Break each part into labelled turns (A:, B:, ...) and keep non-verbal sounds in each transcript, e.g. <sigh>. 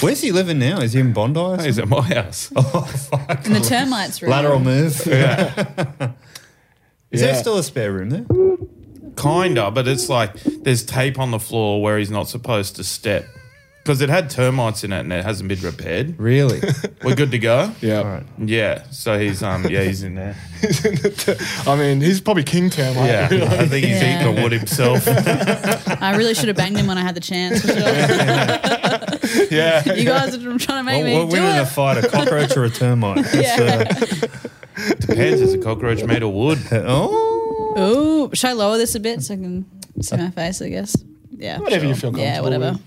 A: Where's he living now? Is he in Bondi? Or
B: <laughs> He's at my house.
A: <laughs> Oh, fuck.
C: In the termites room.
A: Lateral move. <laughs> Is
B: Yeah.
A: there still a spare room there?
B: Kinda, but it's like there's tape on the floor where he's not supposed to step because it had termites in it and it hasn't been repaired.
A: Really? <laughs>
B: We're good to go.
D: Yeah.
B: Yeah. So he's um yeah he's in there.
D: I mean, he's probably king term. Right?
B: <laughs>
D: <laughs>
B: Yeah. I think he's
C: Yeah.
B: eating the wood <laughs> himself.
C: I really should have banged him when I had the chance. For sure.
D: <laughs>
C: <laughs>
D: yeah.
C: you guys are trying to make
A: What what
C: me do
A: win in a
C: it.
A: fight, a cockroach or a
C: <laughs>
A: termite? uh,
C: Yeah.
B: Depends. Is a cockroach made of wood?
A: So- oh.
C: Ooh, should I lower this a bit so I can see my face? I guess. Yeah.
D: Whatever you feel comfortable.
C: Yeah, whatever.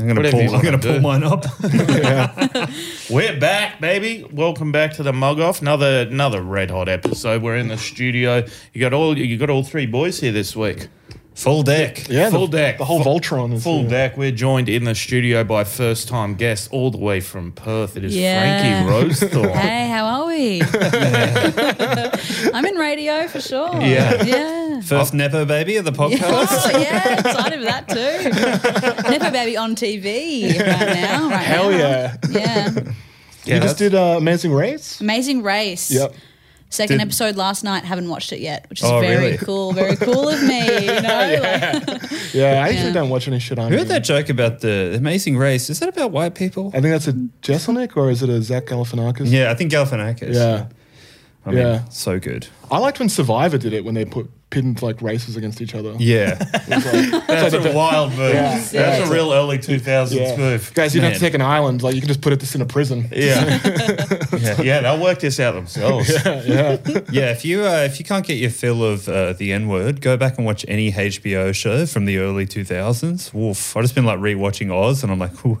A: I'm going to
B: Whatever you
A: pull, I'm
B: wanna
A: gonna pull
B: do.
A: mine <laughs> up.
B: We're back, baby. Welcome back to the mug off. Another another red hot episode. We're in the studio. You got all you got all three boys here this week.
A: Full deck.
D: Yeah.
B: Full
D: the,
B: deck.
D: The whole
B: Full-
D: Voltron is
B: Full
D: here.
B: deck. We're joined in the studio by first time guest all the way from Perth. It is
C: Yeah.
B: Frankie Rosethorpe.
D: <laughs>
C: Hey, how are we? I'm in radio for sure.
B: Yeah.
C: Yeah.
A: <laughs>
D: <laughs>
A: First Nepo baby of the podcast.
C: Oh, yeah, excited for that too. Nepo Baby on TV right now. Right
D: Hell
C: now.
D: yeah.
C: Yeah.
B: Yeah,
D: you
B: that's-
D: just did uh, Amazing Race?
C: Amazing Race.
D: Yep.
C: Second
A: Did-
C: episode last night. Haven't watched it yet, which is
A: Oh,
C: very
A: really?
C: cool. Very cool of me. You know, Like-
D: Yeah. I usually
C: Yeah.
D: don't watch any shit on
A: Who
D: here.
A: had that joke about the amazing race? Is that about white people?
D: I think that's a Jeselnik or is it a Zach Galifianakis?
A: Yeah, I think Galifianakis.
D: Yeah.
A: I mean,
D: yeah.
A: so good.
D: I liked when Survivor did it when they put pinned like races against each other.
A: Yeah.
D: It's like-
B: That's a wild move.
D: Yeah.
B: That's
D: Yeah.
B: a real early 2000s
D: yeah.
B: move.
D: Guys, you don't have to
A: Man.
D: take an island. Like you can just put it this in a prison.
A: <laughs>
B: Yeah. yeah. Yeah, they'll work this out <laughs> themselves.
D: yeah.
A: yeah, if you uh, if you can't get your fill of uh, the N word, go back and watch any HBO show from the early 2000s. Woof. I've just been like rewatching Oz and I'm like, <laughs> whoa,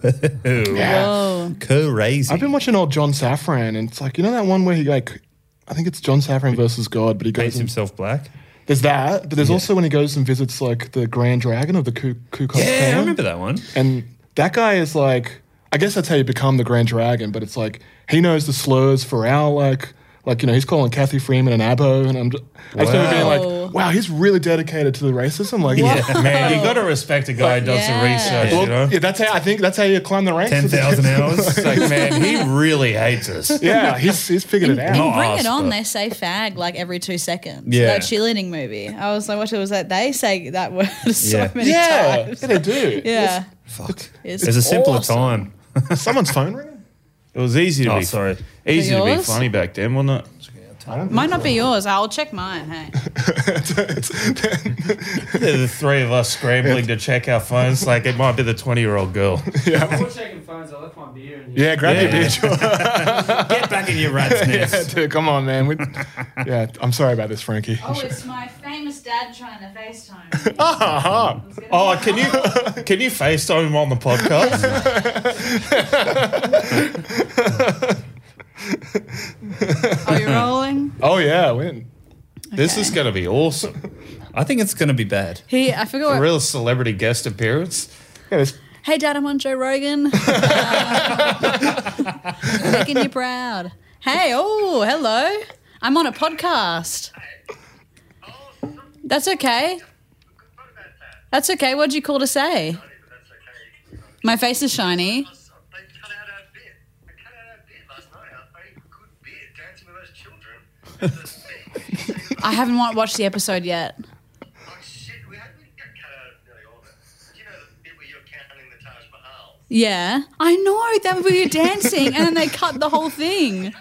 C: Whoa.
A: crazy.
D: I've been watching old John Safran, and it's like you know that one where he like, I think it's John Safran versus God, but he
A: Paints
D: goes. And,
A: himself black.
D: there's that, but there's also when he goes and visits like the Grand Dragon of the Ku, Ku Klux
A: Yeah,
D: Klan.
A: I remember that one.
D: And that guy is like, I guess that's how you become the Grand Dragon, but it's like he knows the slurs for our like. Like you know, he's calling Kathy Freeman an abo, and I'm just, I just remember being
C: Wow.
D: like, "Wow, he's really dedicated to the racism." Like,
B: Man, you got to respect a guy who does
C: Yeah.
B: the research,
D: <laughs> Well,
B: you know?
A: <laughs>
D: yeah, that's how I think that's how you climb the ranks.
A: 10,000 hours.
B: It's like, man, he really hates us.
D: Yeah, he's he's figured it out.
C: And
B: Not
C: bring
B: us,
C: it on.
B: but-
C: They say fag like every two seconds.
A: Yeah.
C: That cheerleading movie. I was like, what was that? They say that word <laughs> so
A: Yeah.
C: <laughs> many
D: yeah,
C: times.
D: yeah, they do.
C: Yeah.
A: Fuck.
C: It's
A: There's a simpler
C: awesome.
A: time.
D: Someone's phone ringing.
B: It was easy to
A: Oh,
B: be <laughs>
A: sorry.
B: easy
C: For
B: to be
C: yours?
B: funny back then, wasn't it?
D: I don't
C: Might not be yours. I'll check mine. Hey.
D: <laughs>
B: They're the three of us scrambling to check our phones. Like it might be the twenty-year-old girl.
E: Before checking phones, I left my beer in here.
D: Yeah, grab your beer,
A: Get back in your <laughs> rat's nest.
D: Joe. <laughs> dude. Come on, man. We, yeah, I'm sorry about this, Frankie.
C: Oh, it's my famous dad trying to FaceTime.
B: Oh, can you can you FaceTime him on the podcast?
C: Are you rolling?
D: Oh yeah, I win.
B: <laughs> This is going to be awesome.
A: I think it's going to be bad.
C: He, I forgot.
B: A
C: What,
B: real celebrity guest appearance.
D: Yeah, this,
C: Hey, Dad, I'm on Joe Rogan. Uh, <laughs> making you proud. Hey, oh, hello. I'm on a podcast. That's okay. That's okay. What'd you call to say? My face is shiny. I haven't wa- watched the episode yet. Yeah. I know that we were dancing and then they cut the whole thing.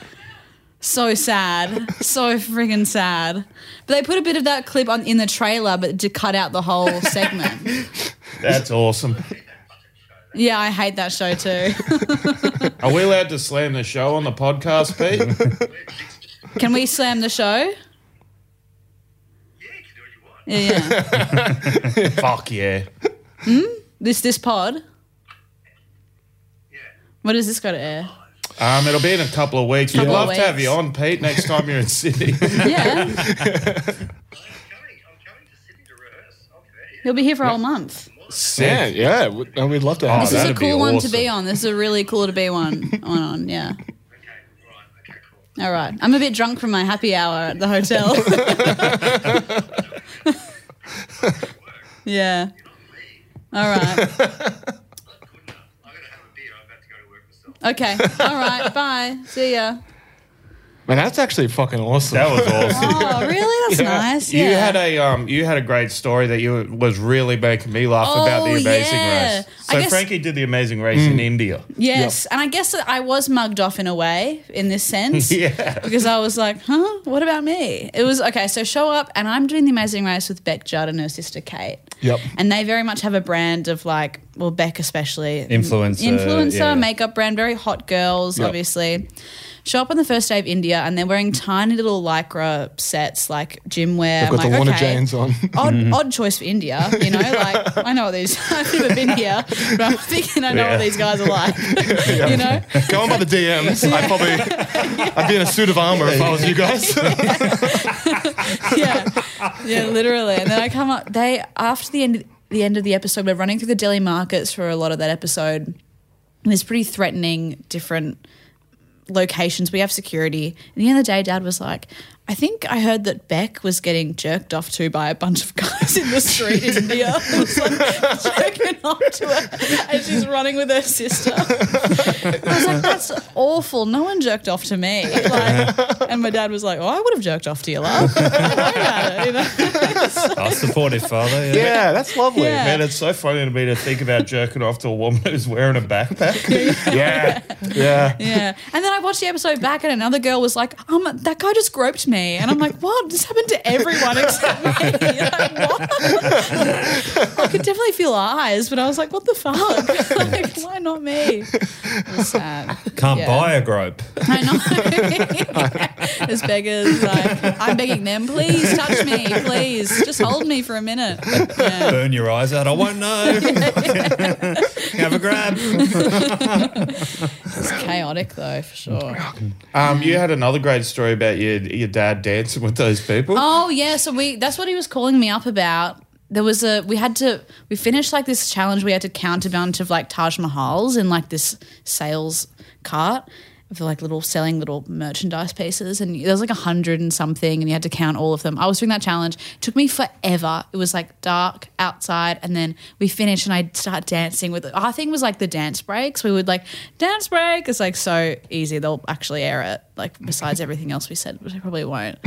C: So sad. So friggin' sad. But they put a bit of that clip on in the trailer but to cut out the whole <laughs> segment.
B: That's awesome.
C: yeah, I hate that show too.
B: Are we allowed to slam the show on the podcast, Pete?
C: Can we slam the show? Yeah, <laughs>
B: <laughs>
C: yeah.
B: Fuck yeah.
C: This this pod. What does this got to air?
B: Um, it'll be in a couple of weeks. We'd
C: Couple
B: love
C: of
B: to have
C: weeks.
B: you on, Pete, next time
C: <laughs>
B: you're in Sydney.
C: Yeah, he'll be here for a whole month.
D: yeah,
B: Sick.
D: yeah. we- uh, We'd love to
B: Oh,
D: have
C: This is a
B: that'd be
C: cool one to
B: awesome.
C: be on. This <laughs> is a really cool to be one on. on yeah. All right. I'm a bit drunk from my happy hour at the <laughs> hotel. yeah. All right. Okay. All right. Bye. See ya.
D: Man, that's actually fucking awesome.
B: That
A: <laughs>
B: was awesome.
C: Oh, really? That's nice. Yeah.
B: You had a um, you had a great story that you was really making me laugh about the
C: Oh,
B: amazing
C: yeah.
B: race. So
C: I guess- Mm.
B: Frankie did the amazing race in India.
C: yes, and I guess that I was mugged off in a way in this
B: <laughs>
C: sense.
B: Yeah.
C: Because I was like, huh? What about me? It was okay. So show up, and I'm doing the Amazing Race with Beck Judd and her sister Kate.
D: Yep.
C: And they very much have a brand of like, well, Beck especially Mm,
A: Influencer,
C: influencer
A: yeah.
C: makeup brand, very hot girls,
D: Yep.
C: obviously. Show up on the first day of India, and they're wearing tiny little lycra sets, like gym wear.
D: I've got
C: I'm
D: the
C: like,
D: Lorna
C: okay
D: Janes on.
C: odd,
A: Mm-hmm.
C: odd choice for India. You know, like I know what these. <laughs> I've never been here, but I'm thinking I know
A: Yeah.
C: what these guys
A: <laughs>
C: are like. you know,
D: <laughs> Go on by the DMs. I probably, I'd be in a suit of armor if I was you guys.
C: <laughs> yeah, yeah, literally. And then I come up. They after the end the end of the episode, we're running through the Delhi markets for a lot of that episode. And it's pretty threatening. Different locations. We have security. And the end of the day, Dad was like. I think I heard that Beck was getting jerked off to by a bunch of guys in the street in India. <laughs> It was like jerking off to her and she's running with her sister. I was like, that's awful. No one jerked off to me. Like, and my dad was like, oh, I would have jerked off to you, love. Don't worry about it, you know? So-
A: Our supportive father. Yeah.
D: <laughs> yeah, that's lovely.
C: Yeah.
B: Man, it's so funny to me to think about jerking off to a woman who's wearing a
C: <laughs>
B: backpack. yeah.
D: Yeah.
C: <laughs> yeah. And then I watched the episode back and another girl was like, um, that guy just groped me. And I'm like, what? This happened to everyone except me. <laughs> Like, what? I could definitely feel eyes, but I was like, what the fuck? <laughs> Like, why not me? It was sad.
A: Can't
C: Yeah.
A: buy a grope.
C: I know. <laughs> As beggars, like, I'm begging them, please touch me, please, just hold me for a minute. Yeah.
A: Burn your eyes out. I won't know. <laughs> Have a grab.
C: It's chaotic though, for sure.
B: Um, you had another great story about your your dad dancing with those people.
C: Oh yeah, so we that's what he was calling me up about. There was a we had to we finished like this challenge. We had to count a bunch of like Taj Mahals in like this sales cart for like little selling little merchandise pieces, and there was like a hundred and something, and you had to count all of them. I was doing that challenge. It took me forever. It was like dark outside, and then we finished, and I start dancing with. Our thing was like the dance breaks. We would like dance break. It's like so easy. They'll actually air it. Like besides everything else we said, which they probably won't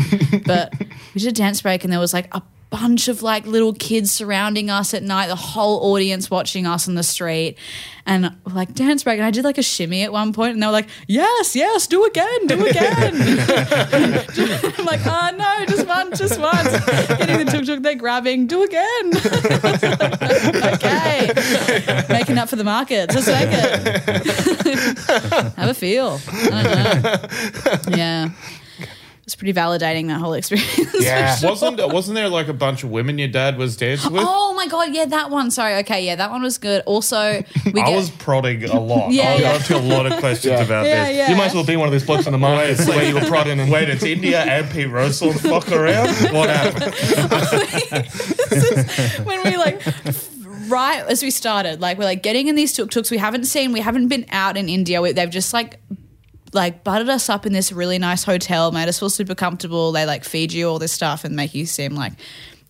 C: but we did a dance break and there was like a bunch of like little kids surrounding us at night the whole audience watching us on the street and we're like dance break and i did like a shimmy at one point and they were like yes yes do again do again <laughs> i'm like oh no just one just once getting the tuk-tuk they're grabbing do again <laughs> okay making up for the market just take it <laughs> have a feel I don't know. yeah it's pretty validating that whole experience
B: yeah. <laughs> Wasn't wasn't there like a bunch of women your dad was dancing with?
C: Oh my god, yeah, that one. Sorry, okay, yeah, that one was good. Also,
B: <laughs>
C: we
B: I
C: get,
B: was prodding a lot.
C: Yeah,
B: I was
C: yeah.
B: asking a lot of questions about
C: yeah,
B: this.
C: yeah.
D: You might as well be one of those blokes on the market
B: Wait,
D: where you were prodding and
B: Wait, it's India and Pete Russell fuck around? <laughs> What happened?
C: when we like right as we started, like we're like getting in these tuk tuks we haven't seen, we haven't been out in India. We, they've just like like buttered us up in this really nice hotel, made us feel super comfortable. They like feed you all this stuff and make you seem like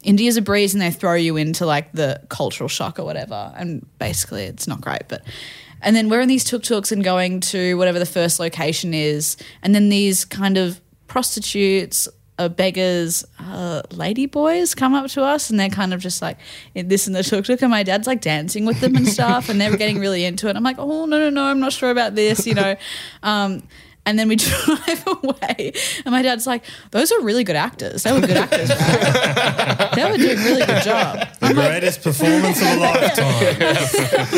C: India's a breeze, and they throw you into like the cultural shock or whatever. And basically, it's not great, but. And then we're in these tuk tuks and going to whatever the first location is. And then these kind of prostitutes uh, beggars, uh, lady boys come up to us and they're kind of just like in this and the tuk tuk, and my dad's like dancing with them and stuff, and they're getting really into it. I'm like, oh no no no, I'm not sure about this, you know. Um, and then we <laughs> drive away, and my dad's like, those are really good actors. They were good actors. right? they were doing a really good job.
A: The greatest performance of a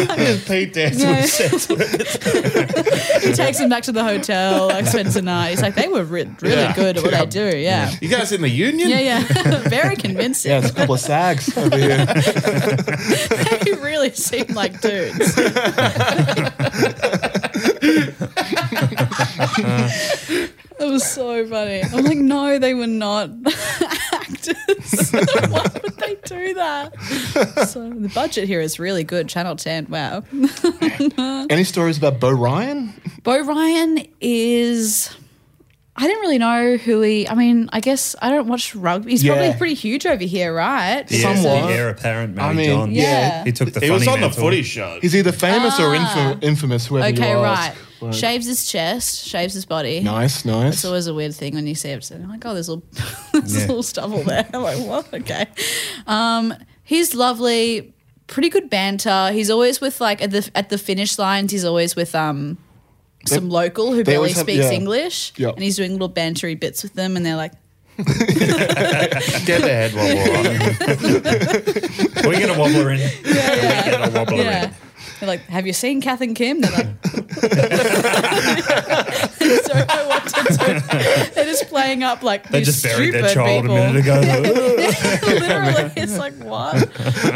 A: lifetime.
B: Pete dancing
C: Yeah.
B: with sex with
C: <laughs> He takes them back to the hotel, like spends the night. He's like, they were re- really
B: Yeah.
C: good at what they do. Yeah.
B: You guys in the union?
C: Yeah, yeah. <laughs> Very convincing.
D: yeah, it's a couple of sags over
C: <laughs>
D: here.
C: they really seem like dudes. It was so funny. I'm like, no, they were not <laughs> actors. <laughs> Why would they do that? So the budget here is really good. Channel 10, wow.
D: Any stories about Bo Ryan?
C: Bo Ryan is I didn't really know who he. I mean, I guess I don't watch rugby. He's
D: Yeah.
C: probably pretty huge over here, right?
A: The, heir-
D: Somewhat.
A: the heir apparent, Mary
D: I mean,
A: John.
C: yeah. Yeah.
A: He took the
B: It was
A: funny
B: on the
A: mantle.
B: footy show.
D: He's either famous or infam- infamous, whoever
C: Ah. Okay,
D: you
C: right.
D: ask. Like,
C: shaves his chest, shaves his body.
D: nice,
C: It's
D: nice.
C: always a weird thing when you see it. It's like, oh, there's all <laughs> there's
A: Yeah.
C: little stubble there. <laughs> I'm like, what? Okay. Um, he's lovely. Pretty good banter. He's always with like at the at the finish lines. He's always with um some local who barely
D: always have-
C: speaks
D: yeah.
C: English,
D: Yeah.
C: and he's doing little bantery bits with them, and they're like,
B: Get the
A: <laughs>
B: head while we're on.
A: We get a wobbler in. We get a wobbler
C: yeah.
A: in.
C: They're like, have you seen Kath and Kim? They're like, <laughs> they don't know what to do. They're just playing up like
A: They
C: these
A: just buried their
C: stupid
A: child
C: people.
A: a minute ago.
C: <laughs> Literally, it's like what?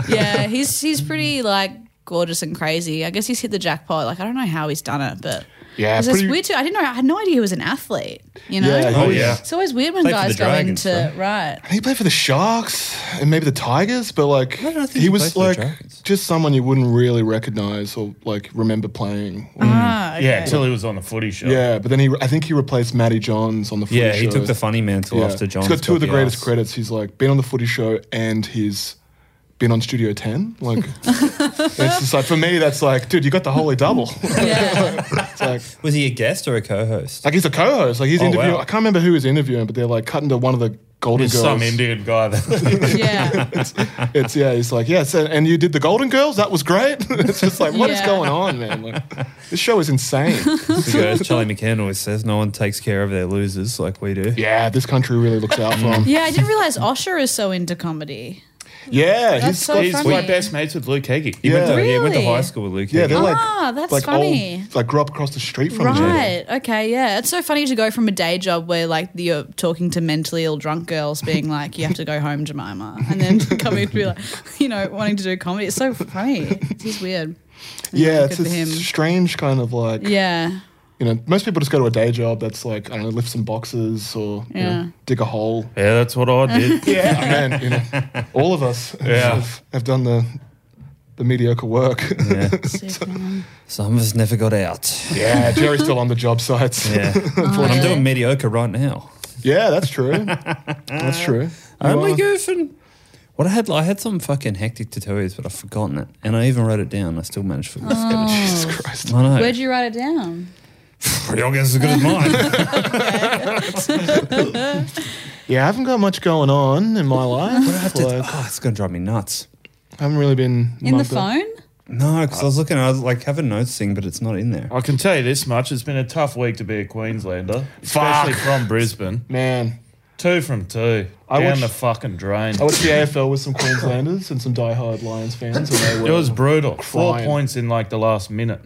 C: Yeah, he's he's pretty like gorgeous and crazy. I guess he's hit the jackpot. Like I don't know how he's done it, but
D: Yeah,
C: it's
D: pretty-
C: just weird too. I didn't know. I had no idea he was an athlete. You know,
D: Yeah,
A: oh
D: he-
A: yeah.
C: it's always weird when
A: Played for
C: guys
A: the
C: go
A: Dragons,
C: into right.
D: He played for the Sharks and maybe the Tigers, but like
A: I don't think
D: he,
A: he played
D: was
A: for the
D: like
A: Dragons.
D: just someone you wouldn't really recognize or like remember playing.
A: Hmm.
C: Ah, okay.
B: Yeah, until he was on the footy show.
D: Yeah, but then he I think he replaced Matty Johns on the footy
A: Yeah,
D: show.
A: he took the funny mantle
D: Yeah.
A: after John.
D: He's got two of the greatest credits. He's like been on the footy show and he's been on Studio 10. Like it's just like for me that's like dude, you got the holy double. <laughs>
C: Yeah.
D: it's like
A: Was he a guest or a co-host?
D: like he's a co-host. Like he's
A: Oh,
D: interviewing.
A: wow.
D: I can't remember who was interviewing, but they're like cutting to one of the Golden
B: There's
D: Girls.
B: some Indian guy that
C: yeah.
D: It's yeah. He's like yes, and, and you did the Golden Girls. That was great. <laughs> it's just like what is
C: Yeah.
D: going on, man? Like, this show
C: <laughs>
D: is insane.
A: He
B: <laughs>
A: goes, Charlie McCann always says, "No one takes care of their losers like we do."
D: yeah, this country really looks out
C: <laughs>
D: for him.
C: Yeah, I didn't realize Osher is so into comedy.
D: Yeah,
C: That's
D: he's
C: so
D: got-
B: he's
C: funny.
B: like best mates with Luke Heggie.
A: He, went to, he Oh, went to
C: Really?
A: high school with Luke.
D: yeah. They're
A: Heggie.
D: like
C: Ah, that's
D: like
C: funny.
D: Old, like grew up across the street from each other.
C: Right. Okay. Yeah. It's so funny to go from a day job where like you're talking to mentally ill drunk girls,
A: <laughs>
C: being like, "You have to go home, Jemima," and then <laughs> coming to be like, you know, wanting to do comedy. It's so funny. It's just weird.
D: Yeah, it's
C: Good
D: a
C: for him.
D: strange kind of
A: <laughs>
D: like
C: Yeah.
D: you know most people just go to a day job that's like I don't know lift some boxes or you know,
C: Yeah.
D: dig a hole.
B: <laughs> Yeah, that's what
C: <laughs>
B: I did.
D: Yeah, man, you know, all of us
B: Yeah.
D: have, have done the the mediocre work.
C: Sick, man.
A: Some of us never got out.
D: <laughs> Yeah, Jerry's still on the job sites.
A: <laughs> Yeah,
D: <laughs>
A: And I'm doing mediocre right now.
D: Yeah, that's true. That's true. You
A: Only
D: are-
A: goofing. What I had, I had some fucking hectic tattoos, but I've forgotten it, and I even wrote it down. I still managed to forget it.
D: Jesus Christ.
A: I know.
C: Where'd you write it down?
A: Your guess is as good as mine.
D: Yeah, I haven't got much going on in my life.
A: I have to,
D: Like,
A: oh, it's gonna drive me nuts.
D: I haven't really been
C: In the
D: mugged up.
C: phone?
A: <laughs> No, because I was looking, I was like, have a notes thing, but it's not in there.
B: I can tell you this much: it's been a tough week to be a Queenslander, especially
D: Fuck.
B: from Brisbane.
D: Man,
B: Two from two,
D: I
B: down
D: watched-
B: the fucking drain.
D: I watched the AFL with some Queenslanders and some diehard Lions fans, and they were.
B: It was brutal. Four
D: Crying.
B: points in like the last minute.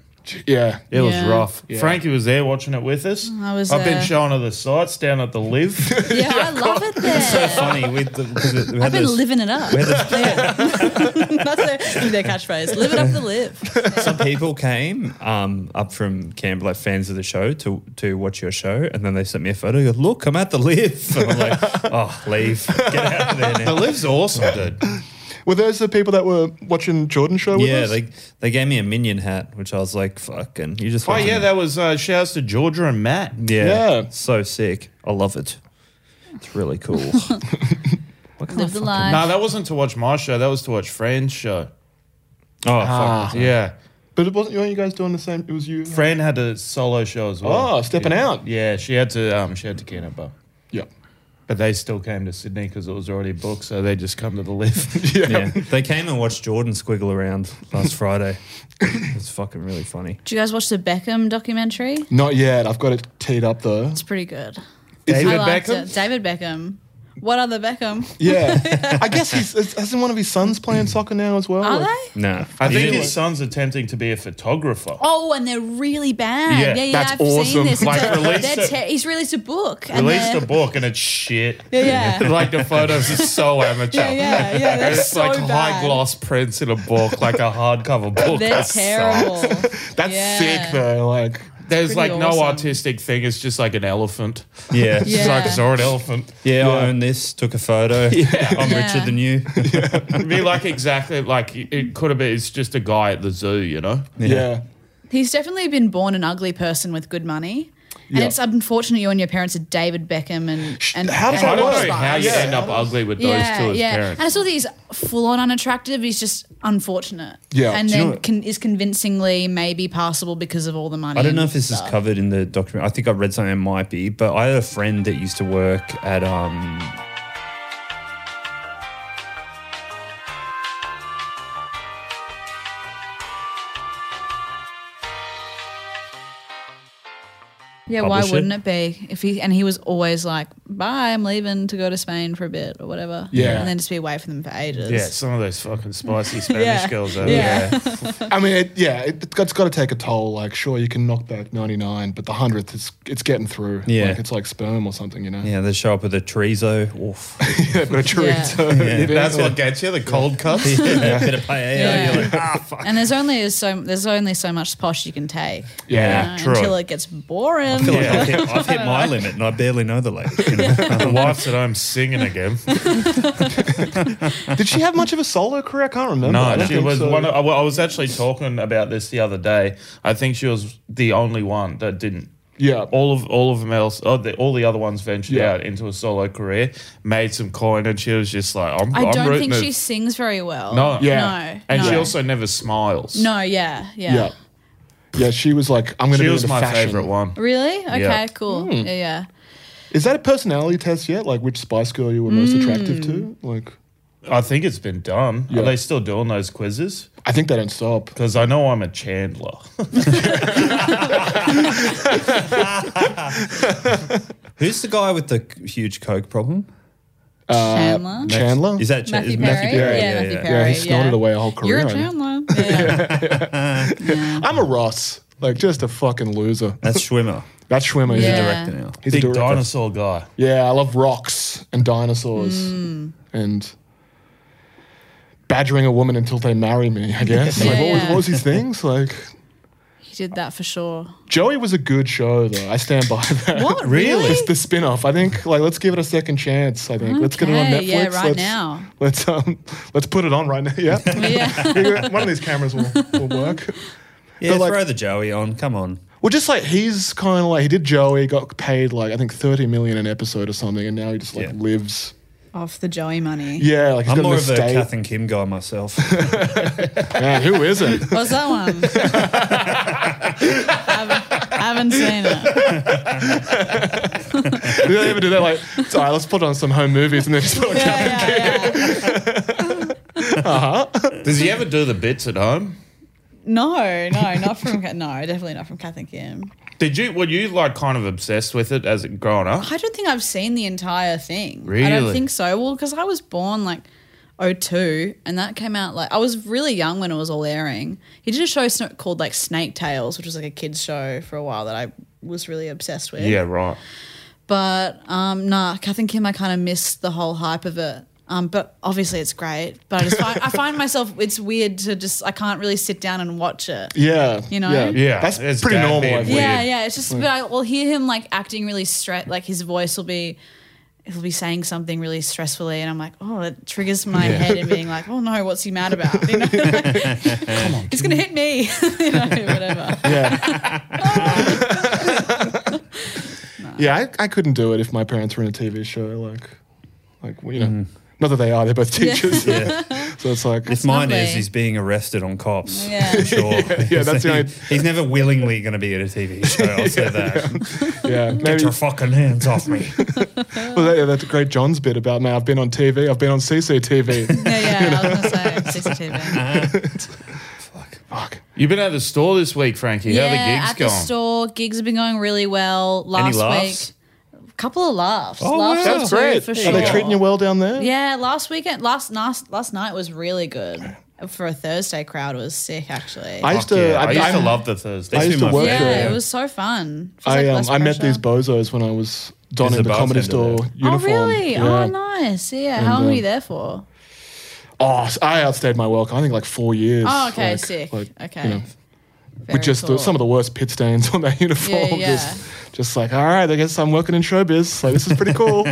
D: yeah.
B: It was
C: Yeah.
B: rough.
D: Yeah.
B: Frankie was there watching it with us.
C: I was
B: I've been
C: there.
B: showing her the sights down at the <laughs> live.
C: Yeah, I love it there.
A: Funny, we, the, 'cause it- we <laughs> had
C: I've been
A: this-
C: living it up. <laughs> Yeah. <laughs> That's their, their catchphrase. Live it up
A: <laughs>
C: the live.
A: some people came um, up from Canberra, like fans of the show, to to watch your show, and then they sent me a photo. Go, Look, I'm at the live. And <laughs> I'm like, oh, leave, get out of there
B: the
A: now.
B: live's awesome, dude.
D: Were those the people that were watching Jordan show with
A: Yeah,
D: us?
A: they they gave me a minion hat, which I was like, fucking, you just
B: Oh
A: fucking-
B: yeah, that was uh, shouts to Georgia and Matt.
A: yeah,
D: Yeah.
A: so sick. I love it. It's really cool. Oh, What kind
C: Live the life.
B: No, that wasn't to watch my show. That was to watch Fran's show.
A: Oh,
D: Ah.
A: fuck.
B: Yeah,
D: but it wasn't. Weren't you guys doing the same? It was you.
B: Fran had a solo show as well.
D: Oh, stepping
B: yeah.
D: out.
B: Yeah, she had to. Um, she had to Canberra,
D: Yeah.
B: but they still came to Sydney because it was already booked. So they just come to the live.
D: <laughs>
A: Yeah. They came and watched Jordan squiggle around last Friday. It's fucking really funny.
C: Did you guys watch the Beckham documentary?
D: Not yet. I've got it teed up though.
C: It's pretty good.
B: David
C: I liked
B: Beckham.
C: it. David Beckham. What other Beckham? <laughs>
D: Yeah. I guess he's is- hasn't one of his sons playing soccer now as well.
C: Are
D: Like,
C: they?
A: Nah.
B: I think
A: Yeah.
B: his son's attempting to be a photographer.
C: Oh, and they're really bad.
B: Yeah,
C: Yeah, yeah,
D: that's
C: I've
D: awesome.
C: seen this. It's
B: Like,
C: a-
B: release
C: they're
B: it.
C: te- he's released a book. and
B: Released
C: they're-
B: a book and it's shit.
C: Yeah, yeah.
B: <laughs> like the photos are so amateur.
C: Yeah, yeah, yeah, they're
B: <laughs> it's like
C: so
B: high
C: bad.
B: gloss prints in a book, like a hardcover book.
C: They're
B: That sucks.
C: terrible.
B: <laughs>
D: That's
C: Yeah.
D: sick though. Like
B: There's like
C: Pretty
B: no
C: awesome.
B: artistic thing. It's just like an elephant.
A: Yeah.
C: Yeah.
B: It's like saw an elephant.
A: Yeah, I own this. Took a photo. I'm
C: Yeah.
A: richer than you.
B: It'd be like exactly like it could have been. It's just a guy at the zoo, you know.
D: yeah.
C: He's definitely been born an ugly person with good money. And
D: Yeah.
C: it's unfortunate you and your parents are David Beckham and and
D: how does
C: and
D: that
B: I don't
D: work?
C: Wolfsburg.
B: know how you
D: Yeah.
B: end up ugly with those two as
C: And I
B: parents.
C: saw that he's full on unattractive. He's just unfortunate.
D: Yeah.
C: And
D: Do you
C: then
D: know what-
C: con- is convincingly maybe passable because of all the money.
A: I don't
C: and
A: know if this is
C: stuff.
A: covered in the document. I think I read something it might be, but I had a friend that used to work at um
C: Yeah,
A: publish
C: why
A: it.
C: wouldn't it be? If he and he was always like, "Bye, I'm leaving to go to Spain for a bit or whatever."
D: Yeah.
C: And then just be away from them for ages.
B: Yeah, some of those fucking
C: <laughs>
B: spicy Spanish
C: Yeah.
B: girls eh?
C: Yeah.
B: over there.
D: I mean, it, yeah, it, it's got to take a toll. Like, sure, you can knock back 99, but the 100th, it's, it's getting through.
A: Yeah.
D: Like, it's like sperm or something, you know? <laughs>
A: yeah they show up with a chorizo. Oof.
D: yeah but a chorizo. you know?
B: That's what gets you, the cold
D: <laughs>
B: cuts.
A: yeah, a bit of paella.
C: Yeah.
A: You're like, ah, fuck.
C: And there's only so there's only so much posh you can take
D: Yeah.
C: uh,
B: True.
C: until it gets boring.
A: I feel like I've, hit, I've hit
C: <laughs>
A: my limit and I barely know the lady. you know?
D: <laughs>
B: The wife's at home singing again.
D: Did she have much of a solo career? I can't remember. I
B: <laughs> No,
D: don't
B: she
D: think
B: was
D: so.
B: one. Of, I wa- I was actually talking about this the other day. I think she was the only one that didn't.
D: Yeah.
B: All of all of them else, oh, the, all the other ones ventured
D: Yeah.
B: out into a solo career, made some coin, and she was just like, "I'm."
C: I
B: am
C: don't think
B: this.
C: she sings very well.
B: No.
D: Yeah.
C: No.
B: And
C: no.
B: she also never smiles.
C: No. Yeah. Yeah.
D: Yeah. Yeah, she was like, I'm going
B: she
D: to be
B: was
D: into
B: my
D: fashion.
B: favorite one.
C: Really? Okay.
B: Yeah.
C: Cool. Yeah. Yeah.
D: Is that a personality test yet? Like, which Spice Girl you were most attractive
C: Mm.
D: to? Like,
B: I think it's been done.
D: Yeah.
B: Are they still doing those quizzes?
D: I think they don't stop.
B: Because I know I'm a Chandler. <laughs>
A: Who's the guy with the huge coke problem?
C: Chandler.
D: Chandler?
A: Is that Ch-
C: Matthew
A: is
C: Perry.
D: Perry,
C: Yeah,
A: Yeah,
C: Matthew
A: yeah.
C: Perry.
D: yeah, he snorted away a whole
C: You're
D: career.
C: a
D: on it.
C: Chandler. Yeah.
D: I'm a Ross. Like, just a fucking loser.
A: That's Schwimmer.
D: That's Schwimmer.
C: Yeah.
D: Yeah.
A: Director now.
D: He's a
B: Big
D: director.
B: dinosaur guy.
D: Yeah, I love rocks and dinosaurs
C: Hmm.
D: and badgering a woman until they marry me, I guess. like, what, was,
C: <laughs> yeah.
D: what was his things? Like,
C: he did that for sure.
D: Joey was a good show, though. I stand by that. <laughs>
C: What? Really?
D: It's the spin off. I think, like, let's give it a second chance. I think. Let's get it on
C: Okay, yeah,
D: Netflix.
C: right
D: let's,
C: now.
D: Let's, um, let's put it on right now. <laughs> Yeah.
C: Yeah.
D: One of these cameras will, will work.
A: Yeah,
D: But, like-
A: throw the Joey on. Come on.
D: Well, just like he's kind of like he did Joey, got paid like I think thirty million an episode or something, and now he just like
A: Yeah.
D: lives.
C: <laughs> Off the Joey money.
D: Yeah, like he's
A: I'm
D: got
A: more
D: an
A: of a
D: estate.
A: Kath and Kim guy
C: <laughs>
A: myself.
D: Man, who isn't?
B: <laughs>
C: What's that one? haven't, haven't seen it.
D: do they ever do that? Like, it's, all right, let's put on some home movies, and then just
B: <laughs>
D: put on.
C: Yeah, yeah, yeah.
B: Does he ever do the bits at home?
C: No, no, not from Ka- no, definitely not from Kath and Kim.
B: Did you were you like kind of obsessed with it as a growing up?
C: I don't think I've seen the entire thing. I
B: Really?
C: don't think so. Well, because I was born like 02 and that came out like I was really young when it was all airing. He did a show sn- called like Snake Tales, which was like a kids show for a while that I was really obsessed with.
B: Yeah, right.
C: But um, nah, Kath and Kim, I kind of missed the whole hype of it. Um, but obviously it's great. But I just find, I find myself it's weird to just I can't really sit down and watch it.
D: Yeah,
C: You know?
D: yeah,
B: Yeah,
D: That's
B: it's
D: pretty
B: dad
D: normal.
B: being
D: I think.
B: weird.
C: Yeah, yeah. It's just but I, will hear him like acting really straight. Like his voice will be, he'll be saying something really stressfully, and I'm like, oh, it triggers my head and being like, oh no, what's he mad about?
D: <laughs>
C: You know, <laughs> he's gonna hit me. <laughs> you know, whatever.
D: Yeah. yeah, I, I couldn't do it if my parents were in a TV show. Like, like you know,
B: Mm.
D: not that they are. They're
B: <laughs>
D: both teachers.
A: Yeah.
D: So it's like
A: If mine
C: lovely.
A: is, he's being arrested on cops.
C: Yeah.
A: For
C: <laughs>
A: sure.
D: yeah, that's the only-
A: He's never willingly going to be at a TV show. I'll
D: <laughs>
A: say that.
D: yeah,
A: Get
D: maybe
A: your fucking hands off me.
D: Well, that, yeah, that's great John's bit about man. I've been on TV. I've been
B: <laughs>
D: on CCTV.
C: Yeah, yeah. I was gonna say
D: <laughs>
C: CCTV.
D: Fuck.
B: You've been at the store this week, Frankie. How
C: yeah,
B: are the
C: at
B: gigs going?
C: the store, gigs have been going really well. Last
A: laughs?
C: week, couple of laughs.
A: Oh,
C: laughs
A: wow.
C: or
D: That's
C: two
D: great.
C: for sure.
D: Are they treating you well down there?
C: Yeah, last weekend, last last last night was really good. For a Thursday crowd, it was sick actually.
D: I used
B: Fuck
D: to.
B: yeah. I, used
D: I'm-
B: to love the Thursday.
D: I used to
A: my
D: work
C: yeah,
D: there.
C: it was so fun. It was
D: I,
C: like
D: um,
C: less
D: I met
C: pressure.
D: these bozos when I was donning
A: He's a
D: the comedy
A: bartender
D: store uniform.
C: Oh really?
D: Yeah.
C: Oh nice. Yeah. How long
D: uh,
C: were you there for?
D: Oh, s- I outstayed my welcome. I think like four years.
C: Oh okay,
D: Like-
C: sick.
D: like,
C: okay.
D: you know,
C: Very
D: with just
C: cool.
D: the, some of the worst pit stains on that <laughs> uniform.
C: Yeah, yeah.
D: Just, just like, all right, I guess I'm working in showbiz. Like, this is
C: <laughs>
D: pretty cool.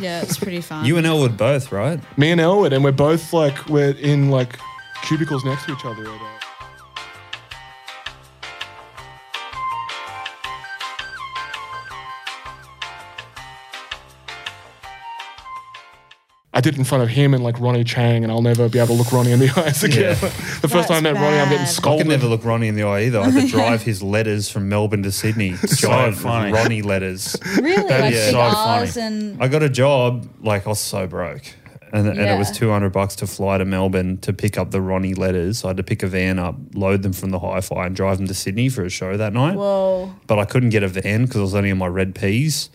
C: yeah, it's
D: <laughs>
C: pretty fun.
A: You and Elwood both, right?
D: Me and Elwood, and we're both like, we're in like cubicles next to each other. Right now. I did it in front of him and like Ronnie Chang, and I'll never be able to look Ronnie in the <laughs> eyes again.
A: Yeah.
D: the first time I met
C: That's
D: Ronnie, I'm getting
C: bad.
A: I can
D: scolded.
A: never look Ronnie in the eye either. I had to drive his letters from Melbourne to Sydney. Giant
B: funny.
A: Ronnie letters.
D: <laughs>
C: Really?
B: That
C: like
B: is
C: big
B: so
C: R's
B: funny.
C: and
A: I got a job, like I was so broke. And, and it was
C: Yeah.
A: 200 bucks to fly to Melbourne to pick up the Ronnie letters. So I had to pick a van up, load them from the hi fi, and drive them to Sydney for a show that night.
D: <laughs>
C: whoa.
A: But I couldn't get a van because I was only on my red peas.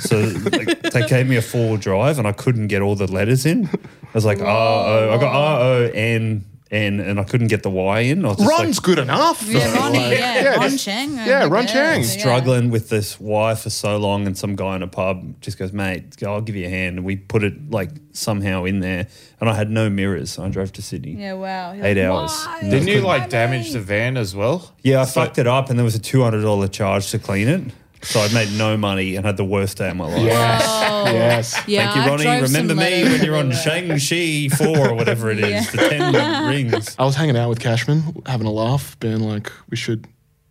A: So like, they gave me a four wheel drive and I couldn't get all the letters in. I was like, R O. I got R O N N and I couldn't get the Y in. I was just like,
D: Ron's good enough.
C: Yeah,
D: though,
C: Ronnie.
D: like-
C: Yeah,
D: <laughs> yeah,
C: Ron
D: just-
C: Chang.
D: yeah,
C: like,
D: Ron Chang.
C: yeah.
A: struggling with this why for so long and some guy in a pub just goes mate i'll give you a hand and we put it like somehow in there and i had no mirrors so i drove to sydney
C: Yeah, wow. You're
A: Eight
C: like,
A: hours.
C: "Why?
A: Didn't
B: Didn't you
C: Why
B: like
C: me?" <laughs>
B: damage the van as well?
A: yeah i
B: So-
A: fucked it up and there was a $200 charge to clean it so i made no money and had the worst day of my life
D: <laughs> Yes. Yes.
C: Oh, Yeah,
A: Thank you,
C: I drove
A: Ronnie.
C: some
A: Remember me
C: letters
A: when
C: <laughs>
A: you're on
C: everywhere.
A: Shang-Chi 4 or whatever it is,
C: Yeah.
A: the 10
C: <laughs>
A: rings.
D: I was hanging out with Cashman, having a laugh, being like, "We should,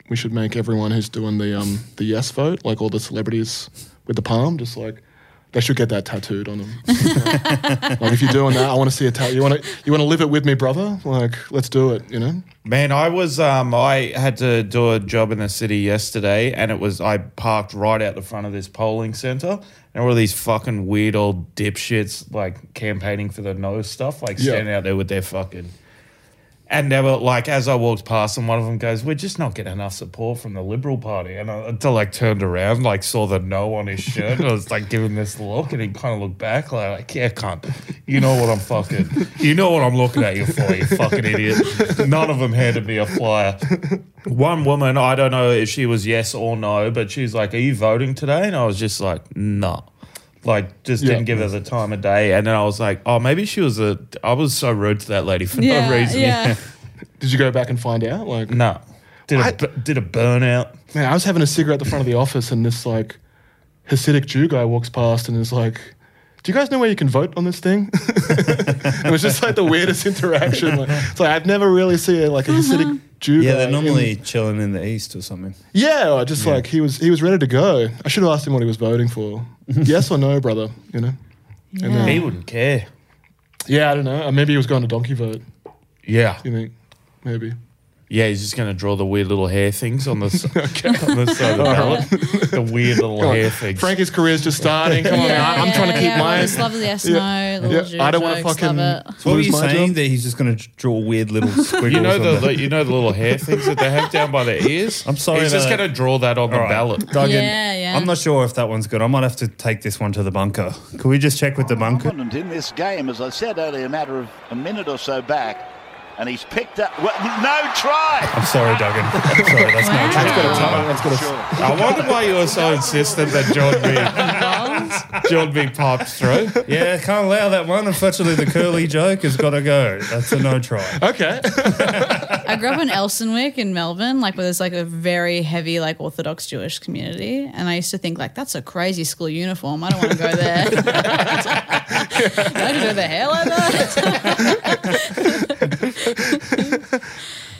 D: we should make everyone who's doing the um the yes vote, like all the celebrities with the palm, just like they should get that tattooed on them. like if you're doing that, I want to see a tattoo. You want to, you want to live it with me, brother. Like let's do it. You know,
B: Man, I was um I had to do a job in the city yesterday and it was I parked right out the front of this polling center and all these fucking weird old dipshits like campaigning for the no stuff, like
D: Yeah.
B: standing out there with their fucking and they were like, as I walked past them, one of them goes, "We're just not getting enough support from the Liberal Party." And I, until like turned around, like saw the no on his shirt, and I was like giving this look, and he kind of looked back, like, like, "Yeah, cunt, you know what I'm fucking, you know what I'm looking at you for, you fucking idiot." None of them handed me a flyer. One woman, I don't know if she was yes or no, but she's like, "Are you voting today?" And I was just like, "No." Like just
D: Yeah.
B: didn't give us a time of day, and then I was like, "Oh, maybe she was a." I was so rude to that lady for
C: Yeah,
B: no reason.
C: Yeah.
D: did you go back and find out? Like
B: No. Did a
D: I-
B: bu- did a burnout.
D: Man, I was having a cigarette at the front of the office, and this like Hasidic Jew guy walks past and is like, "Do you guys know where you can vote on this thing?" <laughs> it was just like the weirdest <laughs> interaction. Like, it's like I've never really seen like
C: Uh-huh.
D: a Hasidic Jew.
A: Yeah,
D: guy
A: they're
D: in-
A: normally chilling in the east or something.
D: yeah, or just like he was he was ready to go. I should have asked him what he was
A: <laughs>
D: voting for. yes or no, brother. You know. And
C: Yeah.
B: He
D: then,
B: wouldn't care.
D: yeah, I don't know. Or Maybe he was going to donkey vote.
B: Yeah.
D: You think? Maybe.
B: Yeah, he's just going to draw the weird little hair things on the, <laughs> s- on
A: <laughs>
B: the side of the ballot. The weird little hair things.
D: Frankie's career's just starting. Come on, I- I'm trying to keep
C: yeah,
D: mine.
C: I just love the yes,
D: Yeah.
C: no. little
D: Yeah,
C: Jew
D: I don't want to
C: jokes,
D: fucking.
C: love it.
A: So what were
D: lose
A: you
D: my
A: saying
D: job.
A: that he's just going to draw weird <laughs> little squiggles?
B: you know
A: on
B: the,
A: the-
B: the you know the little hair things that they have down by their ears.
A: I'm sorry
B: He's just
A: about
B: going
A: that.
B: to draw that on the
A: All right.
B: ballot.
A: Duggan,
C: Yeah, yeah.
A: I'm not sure if that one's good. I might have to take this one to the bunker. Can we just check with the bunker?
F: confident in this game, as I said only a matter of a minute or so back, and he's picked up. Well, no try.
A: I'm sorry, Duggan. I'm sorry, that's not
C: Wow.
A: true.
D: That's got a time. That's got a.
B: I wonder why you were so insistent that John B. John B. popped through.
A: Yeah, can't allow that one. Unfortunately, the curly joke has got to go. That's a no try.
D: Okay.
C: I grew up in Elsonwick in Melbourne, like where there's like a very heavy like Orthodox Jewish community, and I used to think like that's a crazy school uniform. I don't want to go there. <laughs> Do I can do the hair like that.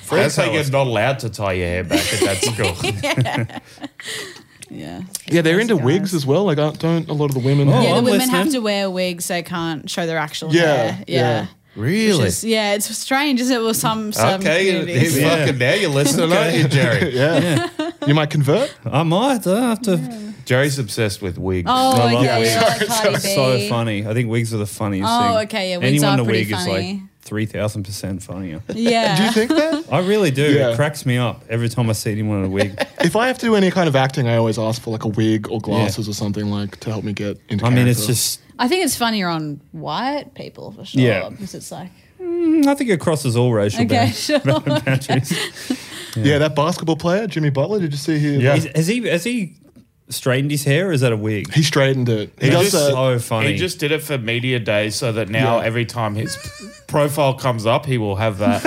B: That's how you're not allowed to tie your hair back at that school. <laughs>
C: Yeah.
D: Yeah, they're into
C: guys.
D: wigs as well. Like, aren't, don't a lot of the women?
A: Oh,
C: Yeah, the
A: I'm
C: women
A: listening.
C: have to wear wigs. They can't show their actual
D: Yeah,
C: hair. Yeah.
D: yeah.
B: really?
C: Just- yeah, it's strange, isn't it? Well, some some
B: Okay,
C: communities.
A: Yeah.
B: fucking now you're listening, aren't
A: <laughs>
B: you, Jerry?
D: yeah. You might convert.
A: I might. I have to.
B: Jerry's obsessed with wigs.
C: Oh,
A: I love
C: okay.
A: wigs.
C: yeah, like Cardi B.
A: So funny. I think wigs are the funniest
C: Oh,
A: thing.
C: okay, yeah, wigs
A: Anyone
C: are
A: in a
C: pretty
A: wig is like
C: funny.
A: 3,000% funnier.
C: Yeah.
D: Do you
A: <laughs>
D: think that?
A: I really do.
D: Yeah.
A: It cracks me up every time I see anyone in a
C: <laughs>
A: wig.
D: if I have to do any kind of acting, I always ask for like a wig or glasses or something like to help me get into.
A: I mean, it's
D: character.
A: just,
C: I think it's funnier on white people for sure.
A: Yeah.
C: Because it's like,
A: mm, I think it crosses all racial
C: okay,
A: boundaries.
C: sure.
D: yeah. That basketball player, Jimmy Butler. Did you see him?
B: Yeah.
A: Is- Has he, has he straightened his hair or is that a wig?
D: He straightened it. He
A: It's
D: does
B: just-
D: that.
A: so funny.
B: He just did it for media day so that now
D: Yeah.
B: every time his profile comes up, he will have
A: <laughs>
B: that.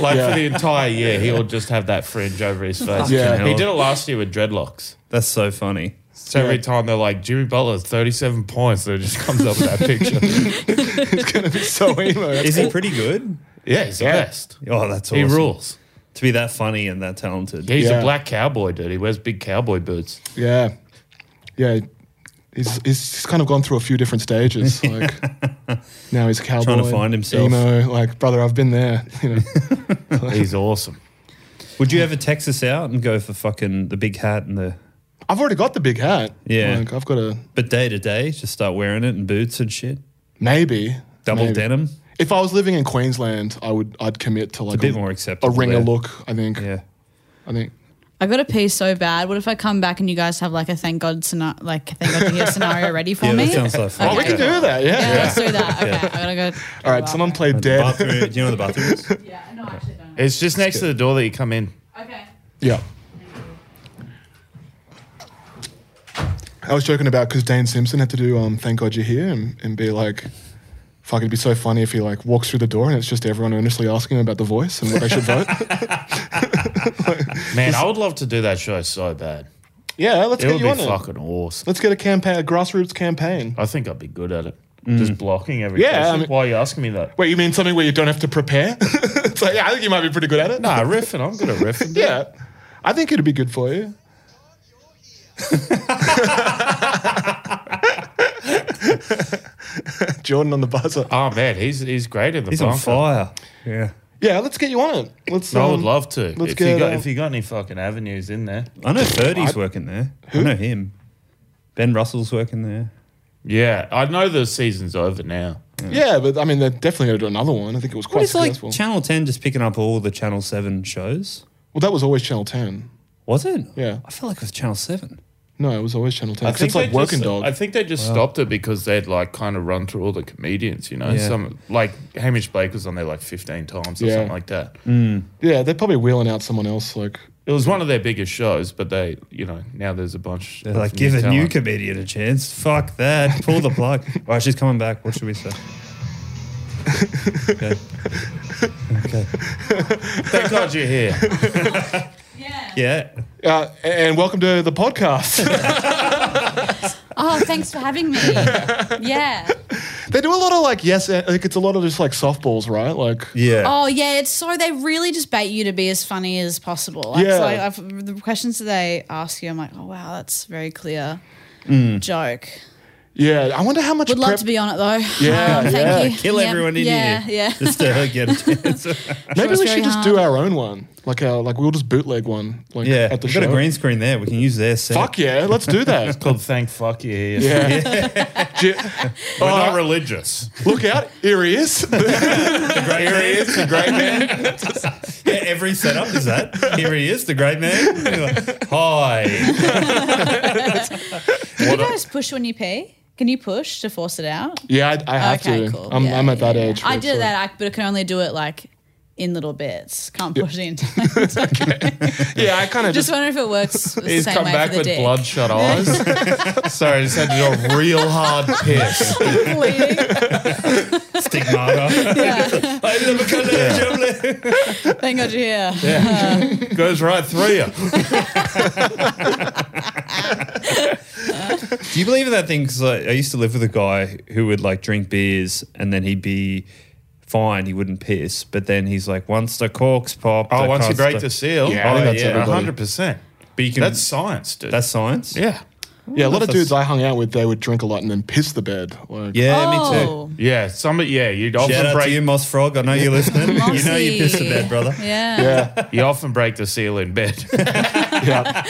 B: like
D: Yeah.
B: for the entire year, he'll just have that fringe over his face.
D: Yeah.
B: He did it last year with dreadlocks.
A: That's so funny.
B: So every time they're like, Jimmy Butler, 37 points, so it just comes up with
A: <laughs>
B: that picture.
D: it's gonna be <laughs> so emo.
A: Is he pretty good?
B: yeah, he's the best.
A: Oh, that's
B: He
A: awesome.
B: rules.
A: To be that funny and that talented.
B: He's
D: Yeah.
B: a black cowboy, dude. He wears big cowboy boots.
D: yeah, yeah. he's he's he's kind of gone through a few
A: <laughs>
D: different stages. Like now he's a cowboy,
A: find himself.
D: emo. Like brother, I've been there. You know,
A: <laughs>
B: He's awesome.
A: Would you ever text us out and go for fucking the big hat and the.
D: I've already got the big hat.
A: Yeah.
D: like I've got a
A: But day to day, just start wearing it and boots and shit.
D: maybe
A: Double
D: maybe.
A: denim.
D: If I was living in Queensland, I would I'd commit to like
A: bit more acceptable
D: a ringer
A: there.
D: look. I think.
A: Yeah.
D: I think.
C: I got to pee so bad. What if I come back and you guys have like a thank God scenario, like thank God to hear scenario ready for
A: Yeah,
C: me?
A: that sounds like fun.
D: Oh, we
C: Okay.
D: can do that. Yeah.
C: Yeah, let's do that. Okay, I gotta go.
D: All right. Someone play dead.
A: Bathroom, do you know what the bathroom is?
C: Yeah, no, I actually don't.
B: It's just next to the door that you come in.
C: Okay.
D: Yeah. I was joking about because Dane Simpson had to do um, "Thank God You're Here" and, and be like, "Fuck, it'd be so funny if he like walks through the door and it's just everyone earnestly asking him about the voice and what they should <laughs> vote."
B: Man, I would love to do that show so bad.
D: yeah, let's
B: It
D: get
B: would
D: you
B: be
D: on it.
B: fucking awesome.
D: Let's get a campaign, a grassroots campaign.
B: I think I'd be good at it.
A: Mm.
B: Just blocking every
D: Yeah,
B: question.
D: I mean-
B: Why are you asking me that?
D: Wait, you mean something where you don't have to prepare? <laughs> it's like, yeah, I think you might be pretty good at it.
B: Nah, riffing. I'm good at
A: <laughs>
B: riffing. dude.
D: Yeah, I think it'd be good for you. <laughs> Jordan on the buzzer.
B: Oh man, he's he's great in
A: <laughs>
B: the
A: He's on
B: bunker.
A: fire. Yeah.
D: Yeah, let's get you on it. Let's.
B: I would
D: um,
B: love to.
D: let's
B: if you
D: get,
B: got
D: uh,
B: if you got any fucking avenues in there.
A: I know 30's working there. I know him. Ben Russell's working there.
B: Yeah, I know the season's over now.
D: Yeah, but I mean, they're definitely going to do another one. I think it was
A: But
D: quite
A: it's like
D: successful.
A: Channel 10 just picking up all the Channel 7 shows.
D: well, that was always Channel Ten.
A: Was it?
D: Yeah.
A: I feel like it was Channel 7.
D: No, it was always Channel Ten. 'cause
B: think
D: it's like
B: they
D: Working
B: just-
D: Dog.
B: I think they just stopped it because they'd like kind of run through all the comedians, you know.
A: Yeah.
B: Some like Hamish Blake was on there like fifteen times or
D: Yeah.
B: something like that.
D: yeah, they're probably wheeling out someone else. Like,
B: It was one of their biggest shows, but they, you know, now there's a bunch.
A: They're
B: of
A: like, give a new
B: talent.
A: comedian a chance. Fuck that. Pull the plug. All right, she's coming back. What should we say? Okay. Okay.
B: Thank God you're here.
C: Yeah.
A: Yeah.
D: uh, and welcome to the podcast. <laughs>
C: Oh, thanks for having me. yeah.
D: they do a lot of like yes, and- like it's a lot of just like softballs, right? Like,
A: Yeah.
C: Oh, yeah. It's so they really just bait you to be as funny as possible. Like,
D: Yeah.
C: So I, I've, the questions that they ask you, I'm like, oh wow, that's very clear
A: Mm.
C: joke.
D: yeah. I wonder how much.
C: Would love
D: prep-
C: to be on it though.
D: Yeah,
C: Um, <laughs> thank
D: yeah.
C: you.
A: Kill
C: Yeah,
A: everyone in
C: yeah,
A: here.
C: Yeah.
A: Just to get a chance.
D: Maybe
C: It's very
D: we should just do our own one. Like, our like we'll just bootleg one. Like,
A: yeah.
D: at the
A: We've
D: show.
A: got a green screen there. We can use their set.
D: Fuck yeah, let's do that.
B: Called Thank Fuck You're Here.
D: yeah. <laughs> Ju-
B: We're
D: Oh,
B: not religious.
D: look out, here he is. <laughs>
A: Here he is, the great man. yeah, every setup is that. Here he is, the great man. You're like, Hi.
C: Do you guys push when you pee? Can you push to force it out?
D: yeah, I, I have
C: okay,
D: to.
C: cool.
D: I'm,
C: Yeah,
D: I'm at that
C: yeah, yeah.
D: age.
C: I
D: where
C: did
D: it's like-
C: that, I, but I can only do it like in little bits. Can't push <laughs> the entire.
D: Yeah, I kind of
C: Just
D: just.
C: wondering if it works the
B: He's
C: same
B: come
C: way
B: back
C: for the
B: with
C: dick.
B: bloodshot eyes. Sorry, I just had to do a real hard piss.
C: <laughs> Bleeding.
A: <laughs> Stigmata.
C: yeah.
A: <laughs> I never cut that joke.
C: <laughs> Thank God you're here.
B: <laughs> Goes right through you.
A: Do you believe in that thing? Because like, I used to live with a guy who would like drink beers and then he'd be fine. He wouldn't piss. But then he's like, once the corks pop.
B: Oh,
A: the
B: once you
A: custard-"
B: break the seal,
D: Yeah, I think
B: oh,
D: that's
B: yeah,
D: everybody.
B: 100%.
A: But you can-
B: That's science, dude.
A: That's science?
B: yeah.
D: Yeah, a lot of
A: That's-
D: dudes I hung out with, they would drink a lot and then piss the bed. Like,
A: Yeah, me too.
C: oh.
B: Yeah, somebody, yeah, you'd often
A: Shout out
B: break
A: to you, Moss Frog. I know you're
C: <laughs>
A: listening. you know you pissed the
C: Mossy.
A: bed, brother.
C: Yeah.
D: yeah,
B: You often break the seal in bed. <laughs>
D: yeah.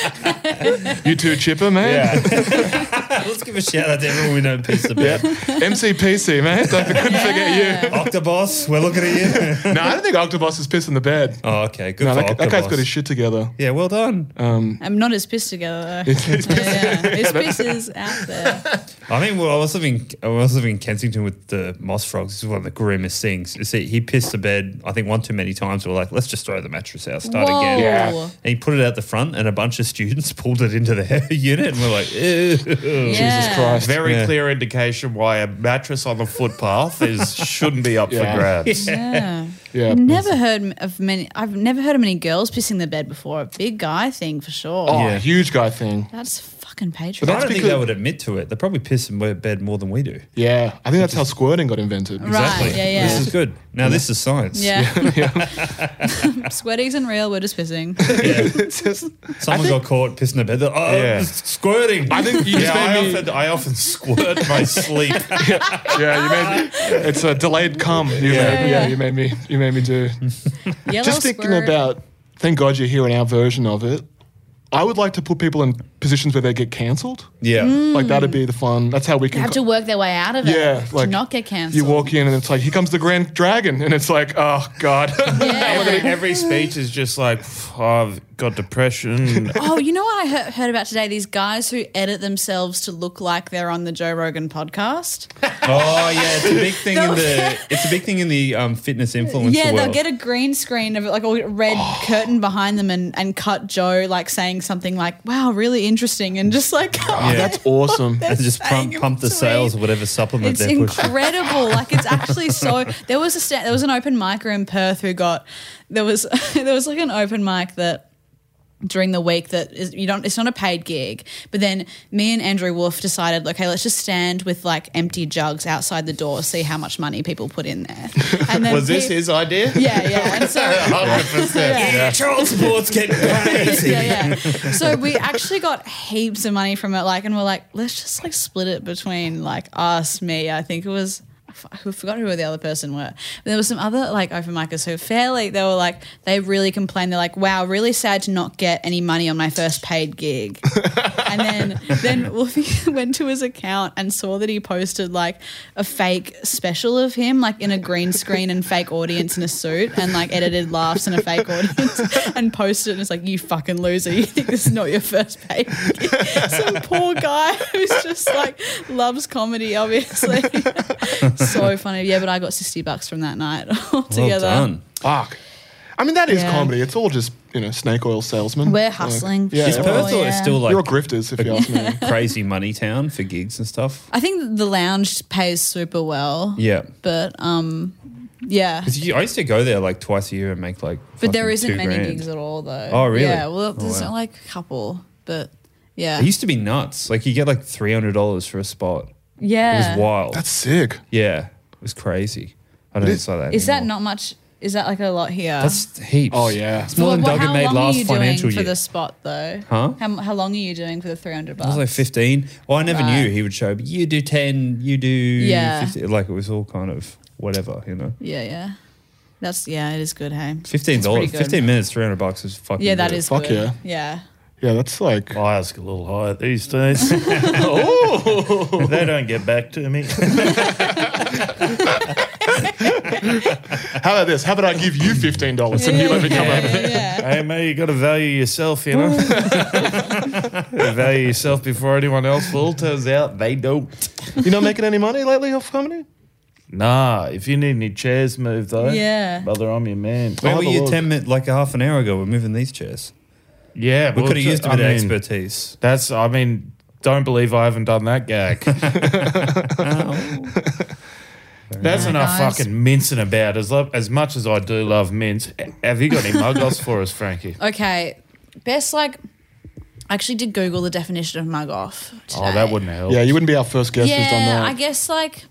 D: you too, Chipper, man.
A: Let's give a shout out to everyone we know who pissed the bed.
D: MCPC, man. Don't couldn't forget you.
A: Octobos, we're looking at you.
D: No, I don't think Octopus is pissing the bed.
A: oh, okay. Good
D: No,
A: for
D: that, that guy's
A: Octobos.
D: got his shit together.
A: Yeah, well done.
C: I'm not as pissed together though. yeah. His piss is out there.
A: I mean, well, I was living, I was living in Kensington with the moss frogs. This is one of the grimmest things. You see, he pissed the bed. I think one too many times. We are like, let's just throw the mattress out, start
C: Whoa.
A: again.
C: Yeah.
A: And he put it out the front, and a bunch of students <laughs> pulled it into their unit, and we're like, "Eh, ew.
C: Jesus
D: Christ.
B: Very
A: Yeah.
B: clear indication why a mattress on the footpath is shouldn't be up
D: Yeah.
B: for grabs.
D: <laughs>
C: Yeah.
D: Yeah.
C: Never heard m- of many. I've never heard of many girls pissing the bed before. A big guy thing for sure.
D: Oh,
A: Yeah.
D: huge guy thing.
C: That's fucking fucking patriots.
A: But I don't think they
D: because-
A: would admit to it. They're probably pissed in bed more than we do.
D: Yeah, I think that's how squirting got invented.
C: Right, yeah, yeah.
A: This is good. Now this is science.
D: <laughs>
C: yeah. <laughs> Sweaties and real, we're just pissing.
D: It's just-
A: Someone got caught pissing in bed. They're, oh,
B: Yeah.
A: it's squirting. <laughs>
D: I think you
B: Yeah,
D: just
B: I
D: made me.
B: often, I often squirt my sleep.
D: Yeah, you made me. <laughs> It's a delayed cum. You yeah, made, yeah,
C: yeah.
D: you made me. You made me do.
C: Yellow
D: just thinking
C: squirt.
D: about. Thank God you're hearing our version of it. I would like to put people in positions where they get cancelled.
A: yeah.
C: Mm.
D: Like that'd be the fun. That's how we
C: They
D: can.
C: Hmm. have to work their way out of it.
D: Yeah,
C: to
D: like,
C: not get cancelled.
D: you walk in and it's like, here comes the Grand Dragon, and it's like, oh God.
B: Every,
C: <laughs> Yeah.
B: every speech is just like, "Pff, I've got depression.
C: Oh, you know what I he- heard about today? These guys who edit themselves to look like they're on the Joe Rogan podcast.
A: Oh yeah, it's a
C: <laughs>
A: big thing in the it's a big thing in the um, fitness influencer
C: yeah, they'll
A: world. Oh.
C: get a green screen of it, like a red curtain behind them and, and cut Joe like saying something like, wow, really interesting. And just like, <laughs>
D: That's awesome.
A: and just pump,
C: saying
A: pump the
C: to me.
A: sales of whatever supplement
C: It's
A: they're pushing.
C: incredible. like it's actually so. There was a sta- there was an open micer in Perth who got there was <laughs> there was like an open mic that during the week that is, you don't it's not a paid gig but then me and andrew wolf decided okay let's just stand with like empty jugs outside the door see how much money people put in there and then
B: Was this
C: pe-
B: his idea?
C: yeah yeah
B: <laughs>
C: and so <laughs> Yeah.
A: Yeah, <laughs> child support's getting
C: Oh,
A: crazy.
C: yeah, yeah. So we actually got heaps of money from it, like, and we're like, let's just like split it between like us, me. I think it was. I f- I forgot who the other person were. But there were some other like open micers who fairly they were like they really complained. They're like, "Wow, really sad to not get any money on my first paid gig." and then then Wolfie <laughs> went to his account and saw that he posted like a fake special of him, like in a green screen and fake audience in a suit, and like edited laughs and a fake audience, <laughs> and posted. it. And it's like, you fucking loser! You think this is not your first pay? <laughs> Some poor guy who's just like loves comedy, obviously. <laughs> so funny, yeah. But I got sixty bucks from that night <laughs> altogether.
A: Well done.
D: Fuck. I mean, that is
C: Yeah.
D: comedy. It's all just you know snake oil salesmen.
C: We're
D: Like,
C: hustling.
D: yeah,
A: Is
D: everyone-
A: Perth
C: Oh,
A: or
C: yeah.
A: it's still like
D: you're all grifters if you ask
C: <laughs>
D: me.
A: crazy money town for gigs and stuff?
C: I think the lounge pays super well.
A: Yeah.
C: But um, yeah.
A: 'Cause you- I used to go there like twice a year and make like.
C: But there
A: fucking
C: isn't
A: two
C: many
A: grand.
C: gigs at all, though.
A: Oh, really?
C: Yeah. Well,
A: Oh,
C: there's
A: wow.
C: like a couple, but yeah.
A: It used to be nuts. Like you get like three hundred dollars for a spot.
C: yeah.
A: It was wild.
D: That's sick.
A: yeah, it was crazy. I don't think it's like that.
C: Is that
A: anymore.
C: not much? Is that like a lot here?
A: That's heaps.
D: Oh, yeah.
A: it's more
C: Well,
A: than
C: well,
A: Duggan
C: how
A: made
C: long are
A: last
C: you doing
A: financial year.
C: for the spot though.
A: Huh?
C: How, how long are you doing for the three hundred
A: I
C: bucks?
A: was like 15. Well, I never
C: Right.
A: knew he would show, but you do 10, you do
C: Yeah.
A: 50. Like it was all kind of whatever, you know.
C: yeah, yeah. That's yeah. It is good. Hey.
A: $15,
C: pretty good.
A: 15 minutes, 300 bucks is fucking
C: Yeah, that
A: good.
C: is
D: Fuck
C: good. Yeah.
D: yeah. Yeah, that's like
B: I ask a little higher these
D: <laughs>
B: days. <laughs> they don't get back to me.
D: how about this? How about I give you fifteen dollars and you let me come over? <laughs>
A: <laughs>
C: Yeah, yeah.
B: hey, mate, you got to value yourself, you know. value yourself before anyone else will. Turns out they don't.
D: You not making any money lately off comedy?
B: Nah, if you need any chairs moved, though,
C: Yeah.
B: brother, I'm your man.
A: Where
D: I'll
A: were
D: have a
A: you
D: look.
A: 10 minutes, like a half an hour ago? We're moving these chairs.
B: Yeah,
A: We could have used a
B: I
A: bit of
B: mean,
A: expertise.
B: That's, I mean, don't believe I haven't done
A: <laughs>
B: that gag. That's enough
C: Guys.
B: fucking mincing about. As lo- as much as I do love mince, have you got any muggles for us, Frankie?
C: Okay. Best like. I actually did Google the definition of mug off. Today.
B: Oh, that wouldn't help.
D: Yeah, you wouldn't be our first guest who's done
C: Yeah,
D: that.
C: I guess like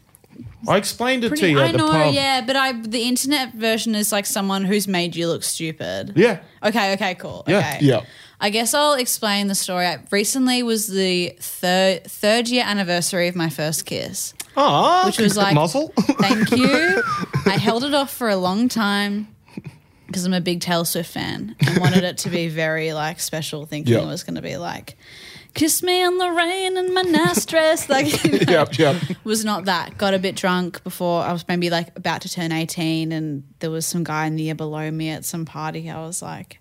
B: I explained it to
C: pretty.
B: you at
C: I
B: the
C: know,
B: pub.
C: yeah, but I the internet version is like someone who's made you look stupid.
B: Yeah.
C: Okay. Okay. Cool.
B: Yeah,
C: Okay.
D: yeah.
C: I guess I'll explain the story. I, recently was the third third year anniversary of my first kiss.
D: Ah,
C: Which was like-
D: muzzle.
C: <laughs> Thank
B: <laughs>
C: you. I held it off for a long time because I'm a big Taylor Swift fan and wanted it
B: <laughs>
C: to be very like special, thinking
D: Yeah.
C: it was going to be like. Kiss me in the rain in my nice dress.
B: <laughs>
C: Like, you know <laughs>
D: yep, yep.
C: was not that. Got a bit drunk before I was maybe like about to turn 18, and there was some guy in the year below me at some party. I was like,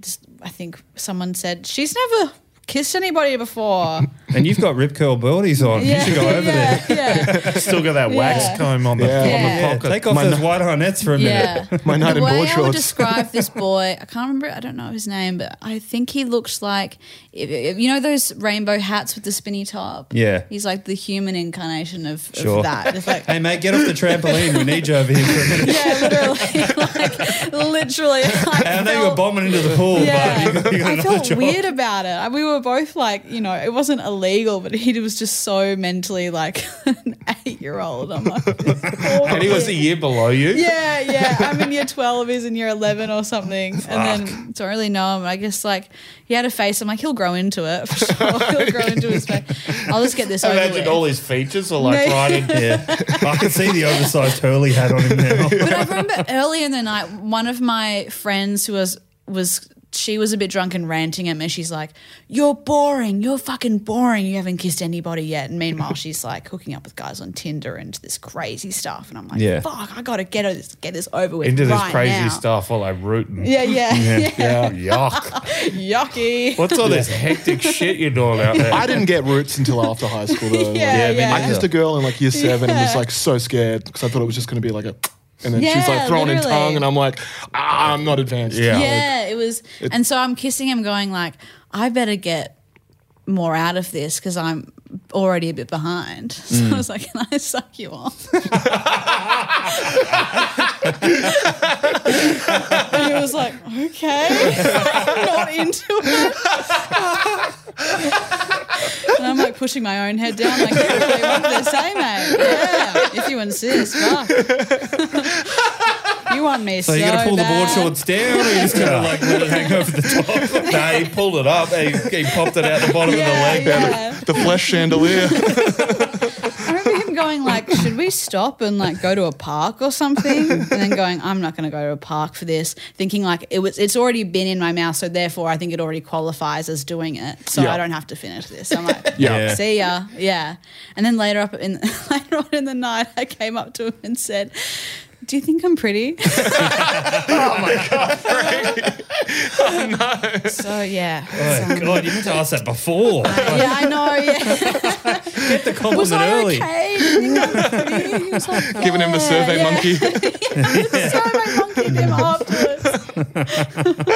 C: just, I think someone said, She's never kissed anybody before.
A: And you've got rip curl birdies on. You should go over there.
C: yeah, yeah,
B: Still
A: <laughs>
B: got that wax
C: Yeah.
B: comb on the,
D: Yeah.
B: on the
C: Yeah.
A: Yeah,
B: pocket.
A: take off
D: My
A: those
D: nu-
A: white harnets for a minute.
C: yeah.
D: My night
C: the
D: in
C: way
D: board
C: I would
D: shorts.
C: describe this boy, I can't remember. I don't know his name, but I think he looked like if- if- you know those rainbow hats with the spinny top.
A: Yeah.
C: he's like the human incarnation of,
A: Sure.
C: of that. It's like,
A: Hey, mate, get off the trampoline. We need you over here for
C: <laughs>
A: a minute.
C: yeah, literally, like literally. I,
A: I know you were
C: felt-
A: bombing into the pool,
C: Yeah,
A: but you, you got
C: I
A: another
C: felt
A: job.
C: weird about it. I- We were both like, you know, it wasn't illegal, but he was just so mentally like <laughs> an eight-year-old. I'm like, this poor
B: And he was a
C: kid.
B: year below you.
C: Yeah, yeah. I'm in year 12, he's in year 11 or something. And then don't really know him. I guess like he had a face. I'm like, he'll grow into it. For sure. <laughs> he'll grow into his face. I'll just get this over
B: Imagine
C: with.
B: all his features are like
C: No.
B: right in
A: Yeah. I can see the oversized Hurley hat on him
C: <laughs>
A: now.
C: but I remember early in the night, one of my friends who was was she was a bit drunk and ranting at me. She's like, "You're boring. You're fucking boring. You haven't kissed anybody yet." And meanwhile, she's like hooking up with guys on Tinder and this crazy stuff. And I'm like,
A: Yeah.
C: "Fuck, I gotta get this get this over with."
B: into this
C: right
B: crazy
C: now.
B: stuff while I'm rooting.
C: Yeah,
B: <laughs>
C: yeah,
B: Yeah. Yuck.
C: yeah. <laughs> Yucky.
B: What's all this hectic shit you're doing out there?
D: I didn't get roots until after high school. Though.
C: <laughs>
D: Like,
C: Yeah,
A: me
C: yeah.
D: I kissed a girl in like year seven and was
C: Yeah.
D: like so scared because I thought it was just going to be like a. And then she's
C: Yeah,
D: like throwing in
C: literally.
D: tongue, and I'm like, ah, I'm not advanced.
B: Yeah.
C: Yeah, it was. and so I'm kissing him, going like, I better get more out of this because I'm already a bit behind. <laughs> So
A: Mm.
C: I was like, Can I suck you off? <laughs> and he was like, Okay, <laughs> I'm not into it. and I'm like pushing my own head down, like, "Yeah, what do you want me to say, mate? Yeah, if you insist, fuck. <laughs> you want me
A: So
C: so,
A: you got to pull the board
C: bad.
A: shorts down, or you just going to like let it hang over the top?
B: nah, he pulled it up. He, he popped it out the bottom of the
C: Yeah,
B: leg.
C: yeah.
D: The flesh chandelier. <laughs>
C: I remember him going like, "Should we stop and like go to a park or something?" And then going, "I'm not going to go to a park for this." Thinking like it was, it's already been in my mouth, so therefore I think it already qualifies as doing it, so
D: Yeah.
C: I don't have to finish this. I'm like,
A: Yeah.
C: see ya, yeah." And then later up in <laughs> later on in the night, I came up to him and said. Do you think I'm pretty? <laughs> oh my <laughs> god! no. So yeah,
A: Oh, God, you meant to ask that
C: <laughs>
A: before.
C: yeah, I know. Yeah,
A: Get the compliment
C: was I
A: early.
C: okay? Do you think I'm pretty? He was like,
D: <laughs> Giving him the
C: "Yeah,
D: survey
C: yeah."
D: monkey.
C: So my mum came him afterwards.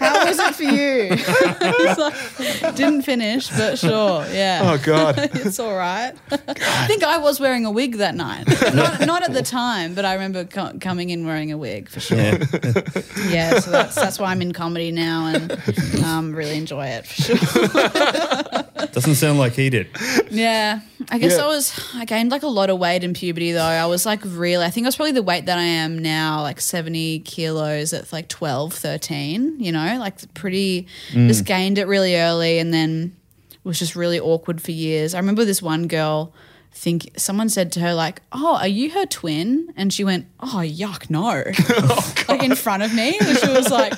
C: How was it for you? <laughs> It's like, didn't finish, but sure, yeah.
D: Oh
C: <laughs>
D: god.
C: It's all right. I think I was wearing a wig that
D: <laughs>
C: night. Not, not at the time, but I remember co- coming in wearing a wig for sure.
A: Yeah.
C: Yeah, so that's, that's why I'm in comedy now and um, really enjoy it for sure.
A: Doesn't sound like he did.
C: Yeah. I guess
D: Yeah.
C: I was, I gained like a lot of weight in puberty though. I was like really, I think I was probably the weight that I am now, like 70 kilos at like 12, 13, you know, like pretty, just gained it really early and then was just really awkward for years. I remember this one girl think someone said to her like, "Oh, are you her twin?" And she went, "Oh, yuck, no." <laughs> like in front of me, and she was like,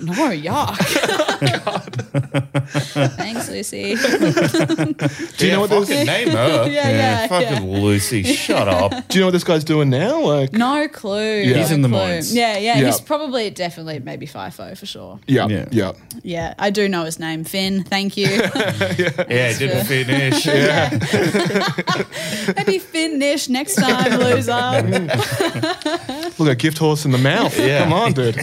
C: "No, yuck." <laughs> Thanks, Lucy.
D: Do you know what
B: fucking
D: this?
B: name her.
C: <laughs> Yeah, yeah,
B: Fucking Lucy, shut
C: <laughs>
B: up.
D: Do you know what this guy's doing now? Like,
C: No clue.
D: Yeah.
C: No
A: He's in the
C: clue.
A: mines.
C: Yeah, yeah,
D: Yeah.
C: He's probably definitely maybe FIFO for sure.
D: yeah,
A: Yeah.
D: yeah,
C: Yeah, I do know his name, Finn. Thank you.
A: <laughs>
B: Yeah, it didn't
C: <laughs>
B: finish. Yeah.
C: maybe Finn-ish next time, loser.
D: Look, a gift horse in the mouth.
B: Yeah.
D: Come on, dude.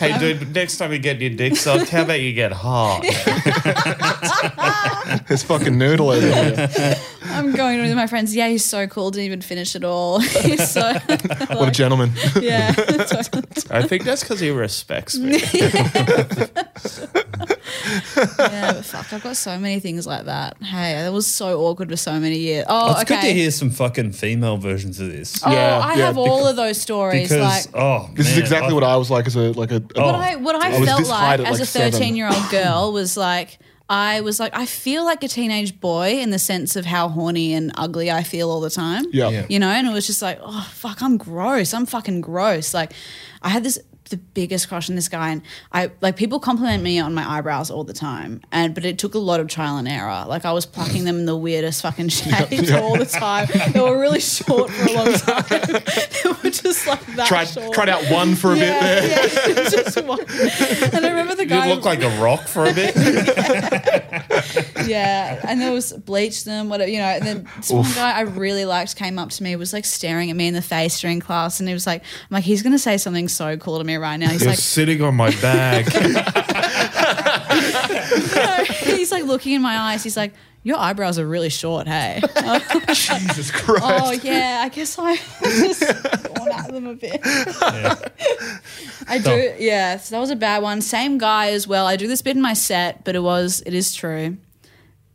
B: Hey, dude, next time you get your dick sucked, how about you get hard?
D: There's fucking noodle over here.
C: I'm going with my friends. Yeah, he's so cool. Didn't even finish it all. <laughs> he's
A: <laughs>
C: so
D: What a
C: <laughs>
D: gentleman.
C: yeah. So-
B: I think that's because he respects <laughs> me.
C: yeah, but fuck, I've got so many things like that. Hey, that was so awkward for so many years. Oh,
A: It's
C: okay.
A: good to hear some fucking female versions of this.
C: Oh,
D: Yeah,
C: I
D: yeah,
C: have all of those stories.
A: Because,
C: like,
A: oh,
D: This is
A: man,
D: exactly what I was like as a like a.
C: what I what I,
D: Oh. I was
C: felt
D: this high
C: like
D: at,
C: as
D: like,
C: a
D: seven.
C: thirteen year old girl was like I was like I feel like a teenage boy in the sense of how horny and ugly I feel all the time.
D: Yeah.
A: Yeah.
C: You know, and it was just like, oh fuck, I'm gross. I'm fucking gross. Like I had this the biggest crush on this guy, and I like people compliment me on my eyebrows all the time, and but it took a lot of trial and error. Like I was plucking them in the weirdest fucking <laughs> shapes all the time. They were really short for a
D: <laughs>
C: long time. <laughs> they were just like that
D: Tried,
C: short.
D: tried out one for a
C: yeah,
D: bit there. <laughs>
C: Yeah, <laughs> just one. And I remember the
B: You
C: guy.
B: look like a rock for a bit.
C: <laughs> Yeah, and there was bleach them, whatever, you know. And then this one guy I really liked came up to me, was like staring at me in the face during class, and he was like, "I'm like, he's gonna say something so cool to me right now." He's
B: You're
C: like,
B: sitting on my
C: <laughs>
B: bag.
C: he's like looking in my eyes. He's like, "Your eyebrows are really short, hey."
D: Jesus
C: <laughs>
D: Christ.
C: oh yeah, I guess I just gone at them a bit. <laughs> I do, yeah. So that was a bad one. Same guy as well. I do this bit in my set, but it was, it is true.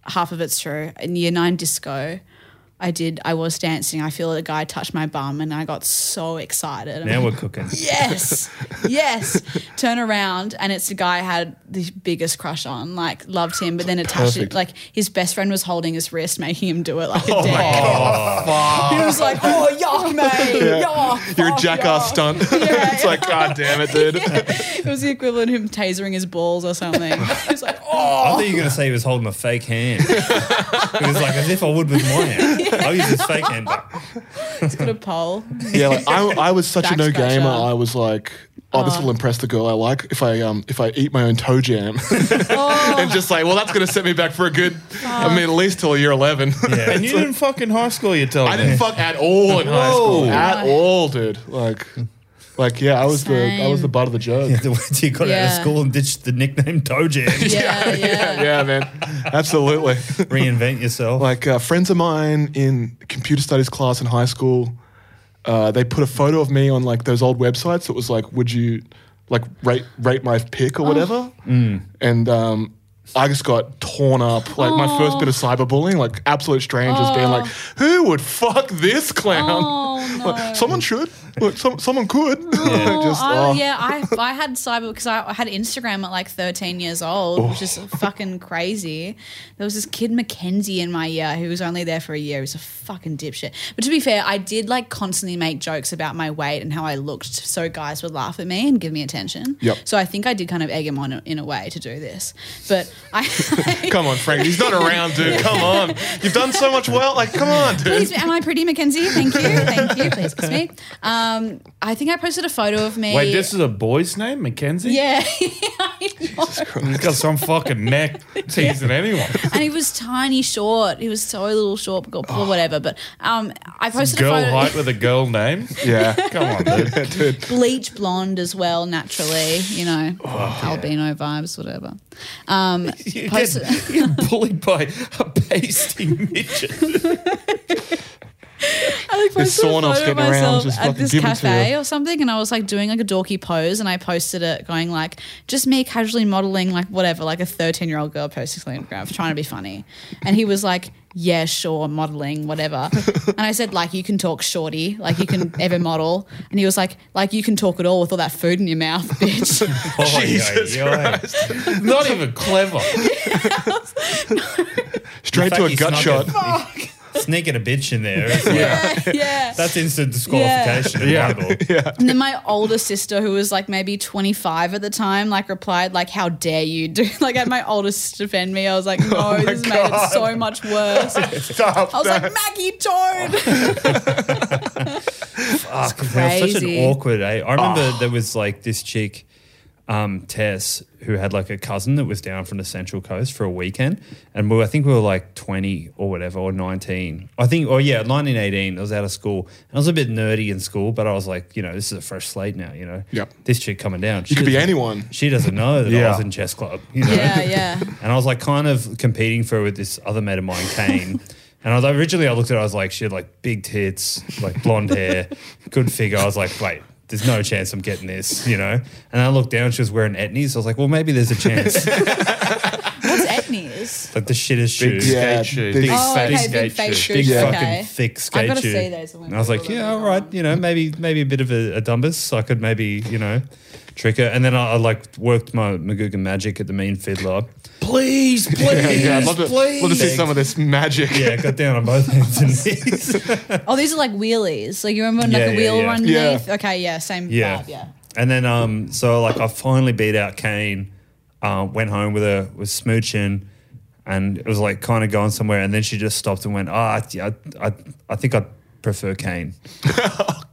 C: Half of it's true. In year nine disco, I did. I was dancing. I feel a guy touched my bum, and I got so excited. I'm
A: Now we're cooking.
D: <laughs>
C: yes, yes. Turn around, and it's the guy I had the biggest crush on. Like loved him, but then attached it.
D: Perfect. Oh
C: Like his best friend was holding his wrist, making him do it. Like a dance. He was like, "Oh yuck,
D: <laughs>
C: mate, yuck."
D: You're a
C: fuck,
D: jackass
C: yuck."
D: stunt.
C: Oh, Yeah.
D: <laughs> it's like, God damn
C: <laughs>
D: it, dude.
C: It was the equivalent of him tasering his balls or something.
D: <laughs>
C: he was like,
A: I
C: "Oh."
A: thought you were going to say he was holding a fake hand. it
C: <laughs>
A: was like as if I would with my hand. I'll use his fake hand. But
C: It's got a pole.
D: Yeah, like I, I was such a
C: Back
D: no
C: scratcher.
D: gamer. I was like, oh, this will impress the girl I like if I um if I eat my own toe jam, <laughs>
C: Oh.
D: and just like, well, that's gonna set me back for a good. I mean, at least till year eleven.
B: and you didn't fuck in high school, you're telling
D: <laughs> I didn't
B: me.
D: fuck at all in high school. At all, dude. Like, like yeah, I was the I was the
C: Same.
D: butt of the joke.
A: <laughs> the way you got out
C: Yeah.
A: of school and ditched the nickname Toe Jam,
C: <laughs> Yeah, yeah.
D: <laughs> yeah, yeah, man, absolutely. <laughs>
A: reinvent yourself.
D: like uh, friends of mine in computer studies class in high school uh, they put a photo of me on like those old websites that was like would you like rate rate my pick or whatever and um I just got torn up. Like my first bit of cyberbullying, like absolute strangers being like, "Who would fuck this clown?"
C: Oh,
D: Like,
C: no.
D: someone should. Look, some, someone could.
C: Oh,
D: Just,
C: I,
D: oh.
C: yeah, I, I had cyber because I, I had Instagram at like 13 years old, which is
D: Oh.
C: fucking crazy. There was this kid Mackenzie in my year who was only there for a year. He was a fucking dipshit. But to be fair, I did like constantly make jokes about my weight and how I looked, so guys would laugh at me and give me attention.
D: Yep.
C: So I think I did kind of egg him on in a way to do this. But I.
D: <laughs> Come on, Frank. He's not around, dude. Come on. You've done so much well. Like, come on,
C: <laughs>
D: dude.
C: Please, am I pretty, Mackenzie? Thank you, thank you. Please kiss me. Um, I think I posted a photo of me.
B: Wait, this is a boy's name, Mackenzie?
C: yeah, <laughs>
B: He's got some fucking
A: <laughs>
B: neck teasing anyone.
C: and he was tiny, short. He was so little, short, but or whatever. But um, I posted a
B: Girl
C: photo.
B: height with a girl name.
D: <laughs> Yeah.
B: Come
A: <laughs>
B: on, dude.
C: Bleach blonde as well, naturally. You know,
B: Oh,
C: albino vibes, whatever. Um,
B: You
C: Post-
B: <laughs> get, you get bullied by a pasty midget.
C: I like posted a
D: someone else
C: photo of
D: getting around,
C: myself
D: just
C: at
D: fucking
C: this
D: give it to
C: cafe
D: you.
C: or something, and I was like doing like a dorky pose, and I posted it going like just me casually modeling like whatever, like a thirteen year old girl posting something on Instagram, trying to be funny, and he was like. Yeah, sure, modeling, whatever. and I said, like, you can talk shorty, like, you can ever model. And he was like, like, you can talk at all with all that food in your mouth, <laughs> bitch.
A: Oh,
D: Jesus
A: yo, yo.
B: Not even clever.
D: Straight
A: In
D: to
A: fact,
D: a
A: he
D: gut
A: snuck
D: shot.
A: a- Sneaking a bitch in there. It's like,
C: yeah, <laughs> yeah.
A: That's instant disqualification in my book.
C: And then my older sister, who was like maybe 25 at the time, like replied, like, how dare you do <laughs> like had my older sister defend me. I was like, no, this made it so much worse. I
D: Stop.
C: was like, Maggie Toad.
A: Fuck, man, it's such
C: crazy.
A: an awkward. Eh? I remember
B: Ah.
A: there was like this chick, um, Tess, who had like a cousin that was down from the Central Coast for a weekend, and we, I think we were like twenty or whatever, or nineteen. I think, or yeah, nineteen, eighteen. I was out of school, and I was a bit nerdy in school, but I was like, you know, this is a fresh slate now. You know,
D: Yep.
A: This chick coming down, she
D: could be
A: doesn't-
D: anyone.
A: She doesn't know that
B: Yeah.
A: I was in chess club. You know?
C: yeah, yeah.
A: And I was like kind of competing for her with this other mate of mine, Kane. and I was like, originally I looked at her, I was like, she had like big tits, like blonde hair, good figure. I was like, wait, there's no chance I'm getting this, you know? And I looked down, she was wearing etnies. I was like, well, maybe there's a chance.
C: What's etnies?
A: like the shittest shoes.
D: yeah.
B: Skate shoes.
D: big-
C: Oh, okay,
B: Skate
C: big
B: shoes.
C: fake shoes.
A: Big
D: Yeah.
A: fucking
C: Okay.
A: thick skate
C: I've got to
A: shoe.
C: see those. I'm gonna
A: And I was like,
C: Google
A: yeah,
C: them
A: all
C: later
A: right,
C: on.
A: you know, maybe maybe a bit of a, a dumbus. So I could maybe, you know, trick her. And then I, I like worked my Magoogan magic at the mean fiddler.
B: Please, please,
D: Yeah, I'd love to,
B: please.
D: love to see some of this magic.
A: Yeah,
D: <laughs>
A: I got down on both hands and <laughs> knees.
C: Oh, these are like wheelies. Like you remember like
A: Yeah,
C: the
A: yeah,
C: wheel
A: yeah.
C: underneath?
D: Yeah.
C: Okay, yeah, same
A: Yeah.
C: vibe, yeah.
A: And then um, so like I finally beat out Kane. Uh, went home with her was smooching, and it was like kind of going somewhere. And then she just stopped and went, "Ah, I- I, I, I think I prefer Kane."
B: <laughs>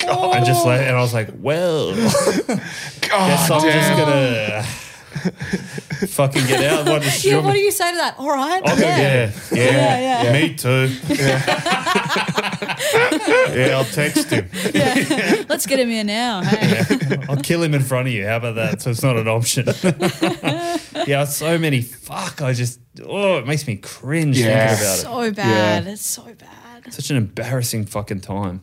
A: Oh, And just like, and I was like, "Well, guess I'm just gonna fucking get out." What, does she
C: Yeah,
A: want
C: what
A: me-
C: do you say to that? All right. yeah.
B: Yeah. Yeah.
C: Yeah, yeah.
B: Me too. Yeah. yeah, I'll text him.
C: Let's get him here now. Hey.
A: I'll kill him in front of you. How about that? So it's not an option. yeah, so many. Fuck, I just, oh, it makes me cringe
D: Yeah.
A: thinking about it.
C: So bad. It's so bad.
A: Such an embarrassing fucking time.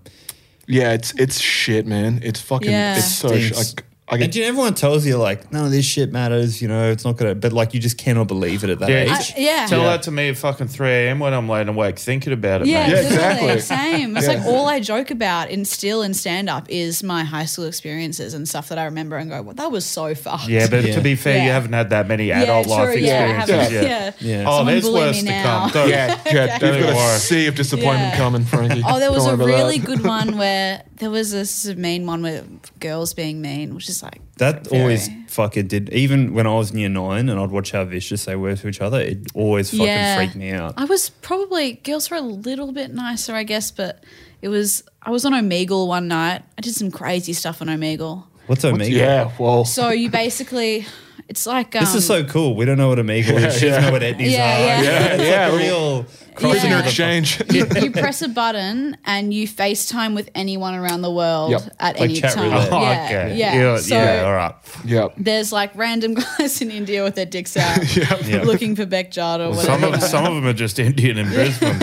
D: Yeah, it's it's shit, man. It's fucking.
C: Yeah.
D: It's so. Sh-
A: Stinks.
D: I, I
A: And
D: <laughs> get,
A: you know, everyone tells you, like, none of this shit matters, you know, it's not going to, but like, you just cannot believe it at that
B: Yeah,
A: age.
B: it's-
C: I, Uh, yeah.
B: Tell
D: Yeah.
B: that to me at fucking 3 a.m. when I'm laying awake thinking about it,
C: Yeah,
B: mate.
D: Yeah,
C: literally,
D: exactly.
C: Same. It's like all I joke about in still in stand up is my high school experiences and stuff that I remember and go, well, that was so fucked.
B: Yeah, but
A: Yeah.
B: to be fair, you
C: Yeah.
B: haven't had that many adult
C: true,
B: life
C: yeah, I haven't-
B: experiences yet.
C: yeah.
A: yeah.
B: Oh,
C: Someone
B: there's
C: bully me
B: worse to
C: now.
B: come. Don't-
D: yeah, yeah. You've
B: Don't
D: got
B: worry.
D: a sea of disappointment
C: Yeah.
D: coming, Frankie.
C: <laughs> Oh, there was a
D: Don't worry about
C: really
D: that.
C: good one where there was this mean one with girls being mean, which is like
A: That
C: very-
A: always fucking did. Even when I was in year nine and I'd watch how vicious they were to each other, it always fucking freaked me out.
C: I was probably girls were a little bit nicer, I guess, but it was I was on Omegle one night. I did some crazy stuff on Omegle.
A: What's Omegle?
D: Yeah, well,
C: So you basically, it's like um,
A: This is so <laughs> cool. We don't know what Omegle is. She doesn't know what etnies
C: Yeah,
A: are.
C: yeah.
D: Yeah,
A: it's
D: yeah.
A: like a real
D: prisoner
C: Yeah.
D: exchange. <laughs>
C: you press a button and you FaceTime with anyone around the world
D: Yep.
C: at
A: Like
C: any
A: chat
C: time.
A: roulette.
B: Oh,
C: yeah,
B: okay.
C: yeah.
B: Yeah,
C: so
B: yeah, all right.
D: yep.
C: there's like random <laughs> guys in India with their dicks out,
A: <laughs> Yeah.
C: looking for Beck Jada or
B: Some
C: whatever.
B: of, some of them are just Indian in Brisbane.
C: <laughs>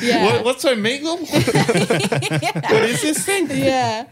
C: yeah.
B: What, what's
C: <laughs>
B: Omegle? <laughs> What is this thing?
C: yeah.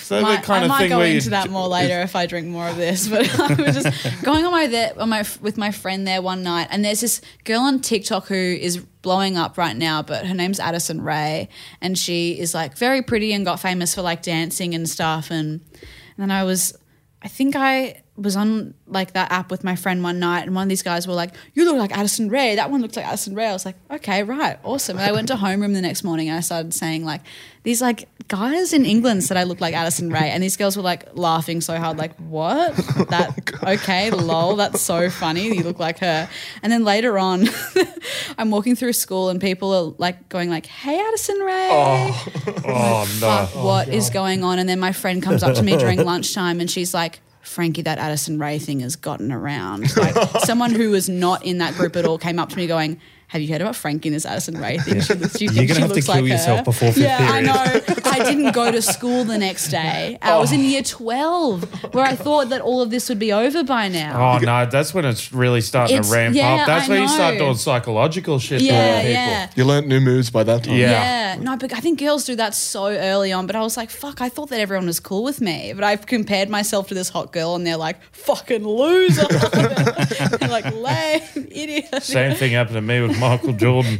B: So
C: Might-
B: the kind
C: I
B: of
C: might
B: thing
C: go
B: where you
C: into that more later if I drink more of this. <laughs> But I was just going on my there on my with my friend there one night, and there's this girl on TikTok who is blowing up right now, but her name's Addison Ray, and she is like very pretty and got famous for like dancing and stuff. And, and then I was, I think I was on like that app with my friend one night, and one of these guys were like, "You look like Addison Ray. That one looks like Addison Ray." I was like, "Okay, right, awesome." And I went to homeroom the next morning, and I started saying like, "These like guys in England said I look like Addison Ray," and these girls were like laughing so hard, like, "What? That okay? Lol, that's so funny. You look like her." And then later on, <laughs> I'm walking through school, and people are like going like, "Hey, Addison Ray."
B: Oh,
C: fuck, what is going on? And then my friend comes up to
A: <laughs>
C: me during lunchtime and she's like, Frankie, that Addison Ray thing has gotten around. Like someone who was not in that group at all came up to me going, have you heard about Frankie and this Addison Ray thing? She looks, do you
A: You're
C: think
A: gonna
C: she
A: have to
C: looks
A: kill
C: like her?"
A: yourself before fifth
C: Yeah, I
A: period. Oh.
C: know.
A: <laughs>
C: I didn't go to school the next day. I was in year 12 where I thought that all of this would be over by now.
B: Oh no, that's when it's really starting
C: It's-
B: to ramp
C: yeah,
B: up. That's
C: I
B: when you
C: know.
B: start doing psychological shit to
C: yeah,
B: people.
C: yeah.
D: You learnt new moves by that time.
B: Yeah.
C: Yeah. No, but I think girls do that so early on. But I was like, fuck, I thought that everyone was cool with me. But I've compared myself to this hot girl and they're like, fucking loser. <laughs> They're like, lame, idiot.
B: Same thing happened to me with
A: <laughs>
B: Michael Jordan.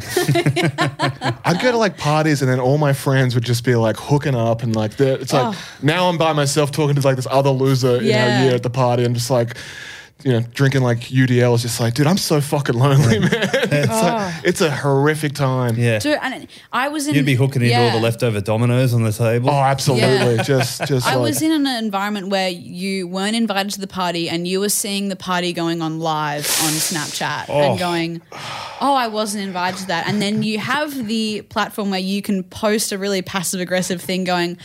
D: I'd go to like parties and then all my friends would just be like hooking up and like they're- it's like now I'm by myself talking to like this other loser
C: Oh.
D: in
C: Yeah.
D: our year at the party and just like you know drinking like UDL is just like dude I'm so fucking lonely man. it's
C: Oh.
D: like it's a horrific time.
A: Yeah.
C: Dude, and I was in.
A: You'd be hooking into
C: yeah.
A: all the leftover dominoes on the table.
D: Oh, absolutely.
C: Yeah. <laughs>
D: Just just
C: I
D: like
C: was in an environment where you weren't invited to the party and you were seeing the party going on live on Snapchat and going, oh, I wasn't invited to that. And then you have the platform where you can post a really passive aggressive thing going,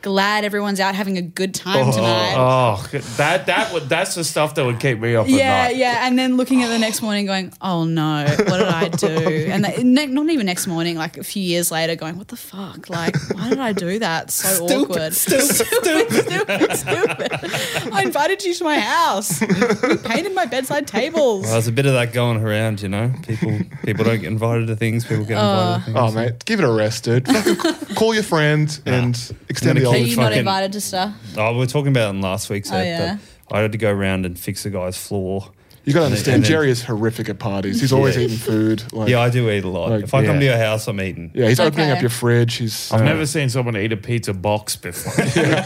C: glad everyone's out having a good time tonight.
B: Oh, that that would that's the stuff that would keep me up
C: Yeah,
B: at night.
C: yeah, and then looking at the next morning, going, "Oh no, what did I do?"
A: <laughs>
C: And that, ne- not even next morning, like a few years later, going, "What the fuck? Like, why did I do that?
A: <laughs>
C: So awkward, stupid, <laughs> stupid, stupid, stupid. I invited you to my house. We painted my bedside tables.
A: Well, there's a bit of that going around, you know. People people don't get invited to things. People get invited to things.
D: Oh mate, give it a rest, dude. Fucking
C: <laughs>
D: c- call your friend and extend
A: I'm
D: the
A: gonna
C: Are
A: keep
D: olive.
C: you not
A: fucking-
C: invited to stuff?
A: Oh, we were talking about it in last week's
C: Oh,
A: ep,
C: yeah.
A: but I had to go around and fix a guy's floor.
D: You
A: And then-
D: gotta understand,
A: and then-
D: Jerry is horrific at parties. He's always eating food. Like,
A: Yeah, I do eat a lot.
D: Like,
A: if I come to
B: yeah.
A: your house, I'm eating.
D: yeah, he's opening
C: Okay.
D: up your fridge. He's
B: I've never seen someone eat a pizza box before.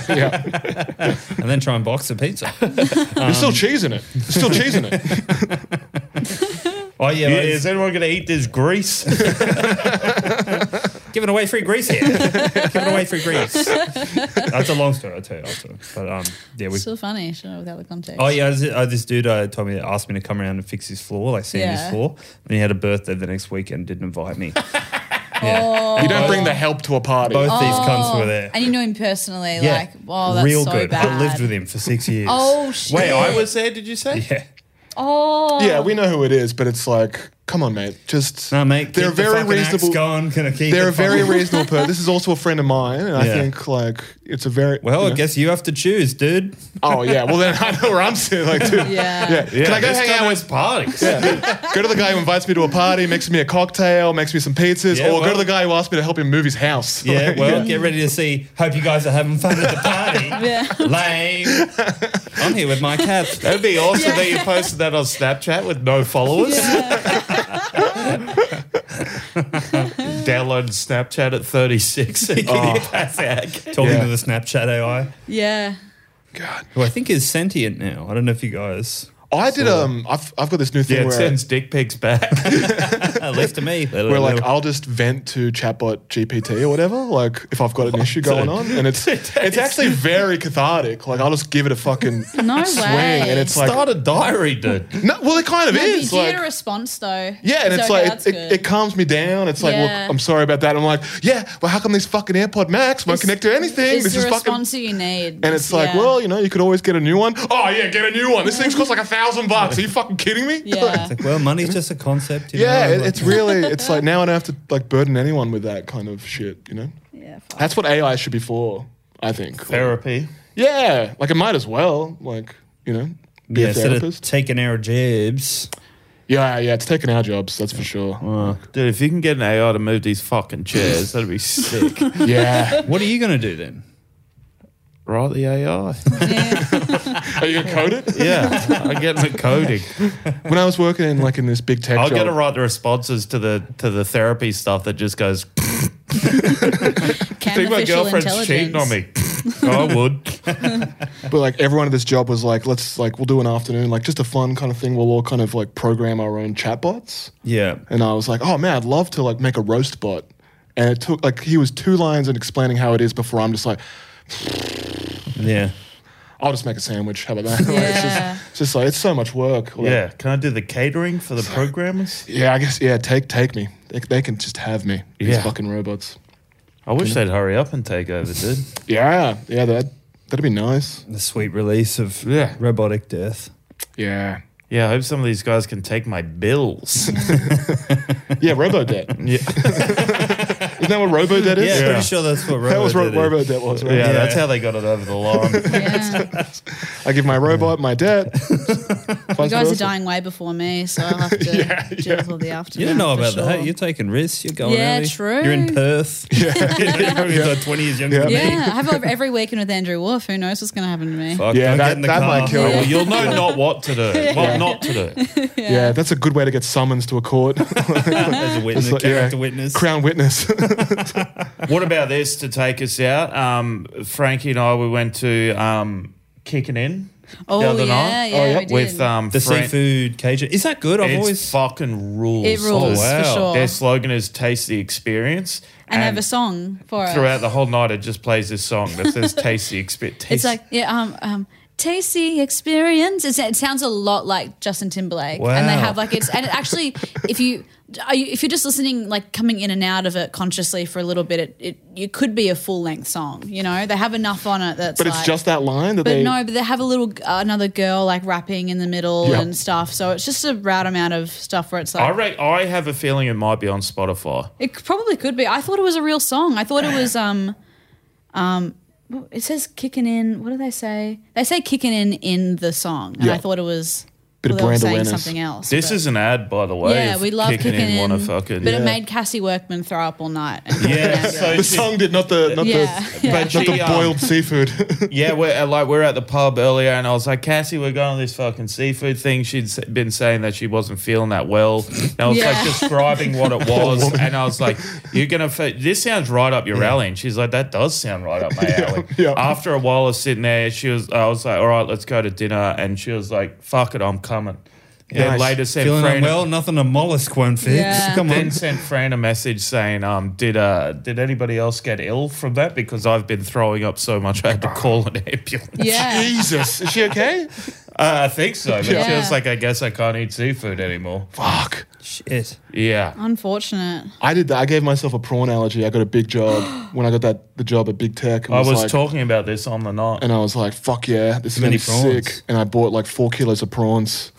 D: yeah.
A: And then try and box a pizza.
D: There's still cheese in it. There's still cheese in it.
A: oh, yeah.
B: Yeah,
A: but- <laughs>
B: is anyone going to eat this grease?
A: Giving away free grease here. Giving away free grease. That's a long story. I'll tell you after. But um, yeah, we.
C: Still funny, sure, without the context.
A: Oh yeah, this, uh, this dude uh, told me asked me to come around and fix his floor, like sand his
C: Yeah.
A: floor. And he had a birthday the next week and didn't invite me.
C: Oh.
D: You don't bring the help to a party.
A: Both these cunts were there.
C: And you know him personally,
A: Yeah,
C: like, oh, that's
A: real
C: so
A: good.
C: bad.
A: I lived with him for six years.
C: Oh shit!
B: Wait, I was there, did you say?
A: yeah.
C: Oh,
D: Yeah, we know who it is, but it's like, come on, mate. Just
A: No, mate.
D: They're
A: keep the
D: very
A: fucking axe
D: reasonable.
A: Going, gonna keep
D: They're
A: it
D: a very
A: fucking-
D: reasonable person. This is also a friend of mine, and I
A: Yeah.
D: think like it's a very
A: Well,
D: you
A: oh, I
D: know-
A: guess you have to choose, dude.
D: Oh yeah. Well, then I know where I'm sitting. Like, dude.
A: <laughs>
C: Yeah.
D: yeah. Can I go
B: this
D: hang
B: guy
D: out with?
B: knows parties?
D: Go to the guy who invites me to a party, makes me a cocktail, makes me some pizzas,
A: Yeah,
D: or go
A: well-
D: to the guy who asked me to help him move his house.
A: Yeah,
D: Like,
A: well, get ready to see. Hope you guys are having fun at the party.
B: <laughs>
C: Yeah.
A: Lame. I'm here with my cat.
B: That'd be awesome that you posted that on Snapchat with no followers. Download Snapchat
A: <laughs>
B: at 36 and <laughs> that's it.
A: Oh. Talking
D: Yeah.
A: to the Snapchat AI,
C: yeah.
D: God.
A: who I think is sentient now. I don't know if you guys.
D: I did. Um, I've, I've got this new thing
B: Yeah, it
D: where,
B: sends dick pics back.
A: <laughs> At least to
B: <laughs>
A: me.
D: where like I'll just vent to chatbot GPT or whatever. Like if I've got an issue going on, and it's it's actually very cathartic. Like I'll just give it a fucking
C: <laughs> No
D: swing,
C: way.
D: and it's like
B: Start a diary, dude.
D: no, well, it kind of
C: No, you
D: is.
C: do
D: like,
C: get a response though.
D: Yeah, and it's,
C: okay,
D: like
C: that's
D: it,
C: good.
D: it, it calms me down. It's like,
C: Yeah.
D: well, I'm sorry about that. I'm like, yeah, well, how come these fucking AirPod Max won't
C: It's-
D: connect to anything?
C: It's
D: this
C: the
D: is fucking.
C: response that you need.
D: And it's like,
C: Yeah.
D: well, you know, you could always get a new one. Oh yeah, get a new one. This thing's cost like a thousand bucks. Are you fucking kidding me?
C: yeah.
A: Like, well, money's just a concept. You
D: <laughs> yeah,
A: know?
D: it,
A: like-
D: it's really.
C: <laughs>
D: It's like now I don't have to like burden anyone with that kind of shit. You know,
C: yeah. fuck.
D: that's what AI should be for. I think.
B: Therapy.
D: Yeah, like it might as well. Like you know, be
A: yeah,
D: a
A: instead of
D: therapist.
A: taking our jibs.
D: yeah, yeah, it's taking our jobs. That's for sure.
B: Oh, Dude, if you can get an AI to move these fucking chairs, that'd be sick.
D: Yeah.
A: What are you going to do then?
B: right, the AI.
D: Are you gonna code it?
B: <laughs> Yeah, I get the coding.
D: When I was working in like in this big tech
B: I'll
D: job,
B: get to write the responses to the to the therapy stuff that just goes.
C: Can
B: think my
C: artificial
B: girlfriend's cheating on
C: intelligence-
B: me. I would.
D: But like everyone at this job was like, let's like we'll do an afternoon, like just a fun kind of thing. We'll all kind of like program our own chatbots.
A: Yeah.
D: And I was like, oh man, I'd love to like make a roast bot. And it took like he was two lines and explaining how it is before I'm just like,
A: Yeah.
D: I'll just make a sandwich. How about that? <laughs> Like, it's
C: Yeah.
D: just it's just like it's so much work. Like,
B: Yeah, can I do the catering for the programmers?
D: Yeah, I guess yeah, take take me. They, they can just have me. These
B: Yeah.
D: fucking robots.
B: I wish they'd hurry up and take over, dude.
D: Yeah, yeah, that that'd be nice.
A: The sweet release of
B: Yeah.
A: robotic death.
D: Yeah.
B: Yeah, I hope some of these guys can take my bills.
D: Yeah, Robodebt. yeah. Isn't that what Robodebt is?
A: Yeah,
B: <laughs> Yeah.
A: pretty sure that's what
D: That was what
A: robotic
D: Robodebt was, right?
B: Yeah, that's how they got it over the line.
C: <laughs> Yeah.
D: I give my robot
B: <laughs>
D: my debt.
C: You guys are dying way before me, so I'll have to
B: <laughs>
C: deal with all the aftermath.
A: You don't know
C: for
A: about
C: sure.
A: that. You're taking risks. You're going.
C: Yeah,
A: early.
C: true.
A: <laughs> You're in Perth. Yeah, you're like 20 years younger than
D: Yeah.
A: me.
C: yeah, I have over every weekend with Andrew Wolf. Who knows what's going to happen to me?
A: Fuck,
D: Yeah,
A: don't
D: that-
A: get in the
D: that
A: car.
D: might kill
B: Well,
D: you.
B: you'll know not what to do, what not to do.
D: Yeah. that's a good way to get summons to a court.
A: As a witness,
D: It's like, yeah,
A: character witness.
D: Crown witness.
B: What about this to take us out? Um, Frankie and I, we went to um, Kicking In
C: Oh
B: the other
C: yeah,
B: night
C: yeah, we
D: yep.
C: did.
B: with um,
A: The
B: Fran-
A: seafood cajun. Is that good? I've
B: It's
A: always.
B: fucking rules. Oh,
C: it rules
A: wow.
C: for sure.
B: Their slogan is "Taste the experience,"
C: and, have a song for us
B: throughout the whole night. It just plays this song that
C: <laughs>
B: says "Taste the experience."
C: It's like yeah, um, um, tasty experience. It's, it sounds a lot like Justin Timberlake, and they
A: Wow.
C: have like it's and it actually if you. Are you, if you're just listening, like coming in and out of it consciously for a little bit, it, it, it could be a full length song. You know, they have enough on it that's.
D: <laughs> but it's
C: like-
D: just that line that
C: But
D: they.
C: no, but they have a little uh, another girl like rapping in the middle
D: Yeah.
C: and stuff. So it's just a route amount of stuff where it's like
B: I re- I have a feeling it might be on Spotify.
C: It c- probably could be. I thought it was a real song. I thought it
D: <laughs>
C: was um um it says kicking in. What do they say? They say kicking in in the song. And
D: Yeah.
C: I thought it was
D: Bit of
C: well, they were
D: brand
C: saying
D: awareness.
C: something else.
B: This
C: but-
B: is an ad, by the way.
C: yeah,
B: of
C: we love kicking, in.
B: Wanna fucking.
C: but it made Cassie Workman throw up all night. And
B: yeah, so
D: the
B: she-
D: song did not the
C: <laughs>
D: not
C: yeah,
D: the
C: yeah.
B: but she,
D: not the
B: um,
D: boiled seafood.
B: Yeah, we're uh, like we we're at the pub earlier, and I was like, Cassie, we're going on this fucking seafood thing. She'd s- been saying that she wasn't feeling that well. And I was
C: Yeah.
B: like describing what
D: <laughs>
B: it was, and I was like, "You're gonna fa- this sounds right up your alley." And she's like, "That does sound right up my alley."
D: <laughs> yeah.
B: After a while of sitting there, she was. I was like, "All right, let's go to dinner," and she was like, "Fuck it, I'm coming." Then
A: Guys,
B: later sent
A: feeling
B: Fran
A: unwell, nothing a mollusk won't fix.
C: Yeah.
A: Come
B: then
A: on.
B: sent Fran a message saying, um, did uh, did anybody else get ill from that? Because I've been throwing up so much I had to call an ambulance.
C: <laughs>
D: <laughs>
C: Yeah.
D: <laughs> Jesus, is she okay?
B: Uh, I think so. But she
C: Yeah.
B: was like, I guess I can't eat seafood anymore.
D: Fuck.
A: Shit.
B: Yeah.
C: Unfortunate.
D: I did that. I gave myself a prawn allergy. I got a
C: <gasps>
D: big job when I got that the job at Big Tech. and
B: I was
D: like-
B: talking about this on the night.
D: and I was like, "Fuck yeah, this is gonna
A: Many
D: be sick."
A: prawns.
D: And I bought like four kilos of prawns,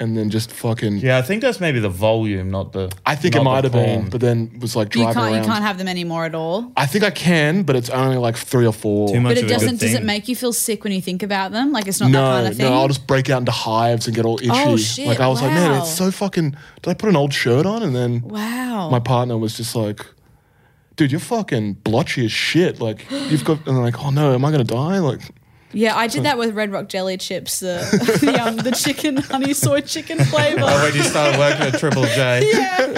D: and then just fucking.
B: Yeah, I think that's maybe the volume, not the.
D: I think
B: not
D: it
B: the
D: might have been,
B: prawn.
D: but then was like
C: You
D: driving
C: can't. You
D: around.
C: can't have them anymore at all.
D: I think I can, but it's only like three or four.
A: Too much of
C: But it
A: a good
C: doesn't. Does it
A: thing.
C: make you feel sick when you think about them? Like it's not
D: no,
C: that kind of thing.
D: no, I'll just break out into hives and get all itchy.
C: Oh, shit,
D: like I was like, man,
C: wow.
D: it's so fucking. Did I put an old shirt on? And then
C: wow.
D: my partner was just like, "Dude, you're fucking blotchy as shit. Like you've got." And I'm like, "Oh no, am I gonna die?" Like
C: yeah, I did that with Red Rock Jelly Chips, the the, <laughs> um, the chicken honey soy chicken flavor.
B: when you started working at Triple
C: <laughs>
B: J.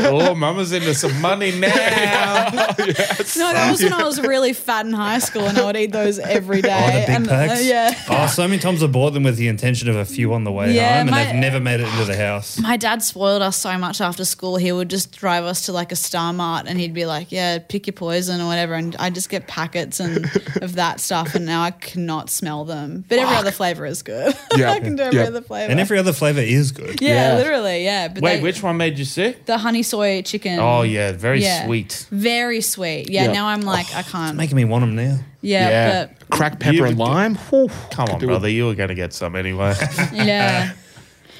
B: Oh, mama's into some
D: <laughs>
B: money now.
C: No, that was when I was really fat in high school, and I would eat those every day.
A: Oh, the big
C: and, uh,
A: packs.
C: yeah.
A: Oh, so many times I bought them with the intention of a few on the way
C: Yeah,
A: home, and
C: my-
A: they've never made it into the house.
C: My dad spoiled us so much after school. He would just drive us to like a Star Mart and he'd be like, "Yeah, pick your poison or whatever." And I just get packets and of that stuff, and now I cannot smell them. But every other flavor is good. <laughs>
D: Yeah.
C: I can do every
D: Yeah.
C: other flavor.
A: And every other flavor is good.
C: yeah,
D: Yeah.
C: literally, yeah. But
B: Wait,
C: they-
B: which one made you sick?
C: the honey soy chicken?
B: Oh, yeah, very
C: Yeah.
B: sweet.
C: very sweet. Yeah,
D: Yeah.
C: now I'm like, I can't.
A: Making me want them now.
C: yeah,
B: Yeah.
D: crack pepper
B: You-
D: and lime. Whew.
B: Come on,
D: do it.
B: brother, you were going to get some
C: <laughs>
B: anyway.
A: <laughs>
C: but yeah.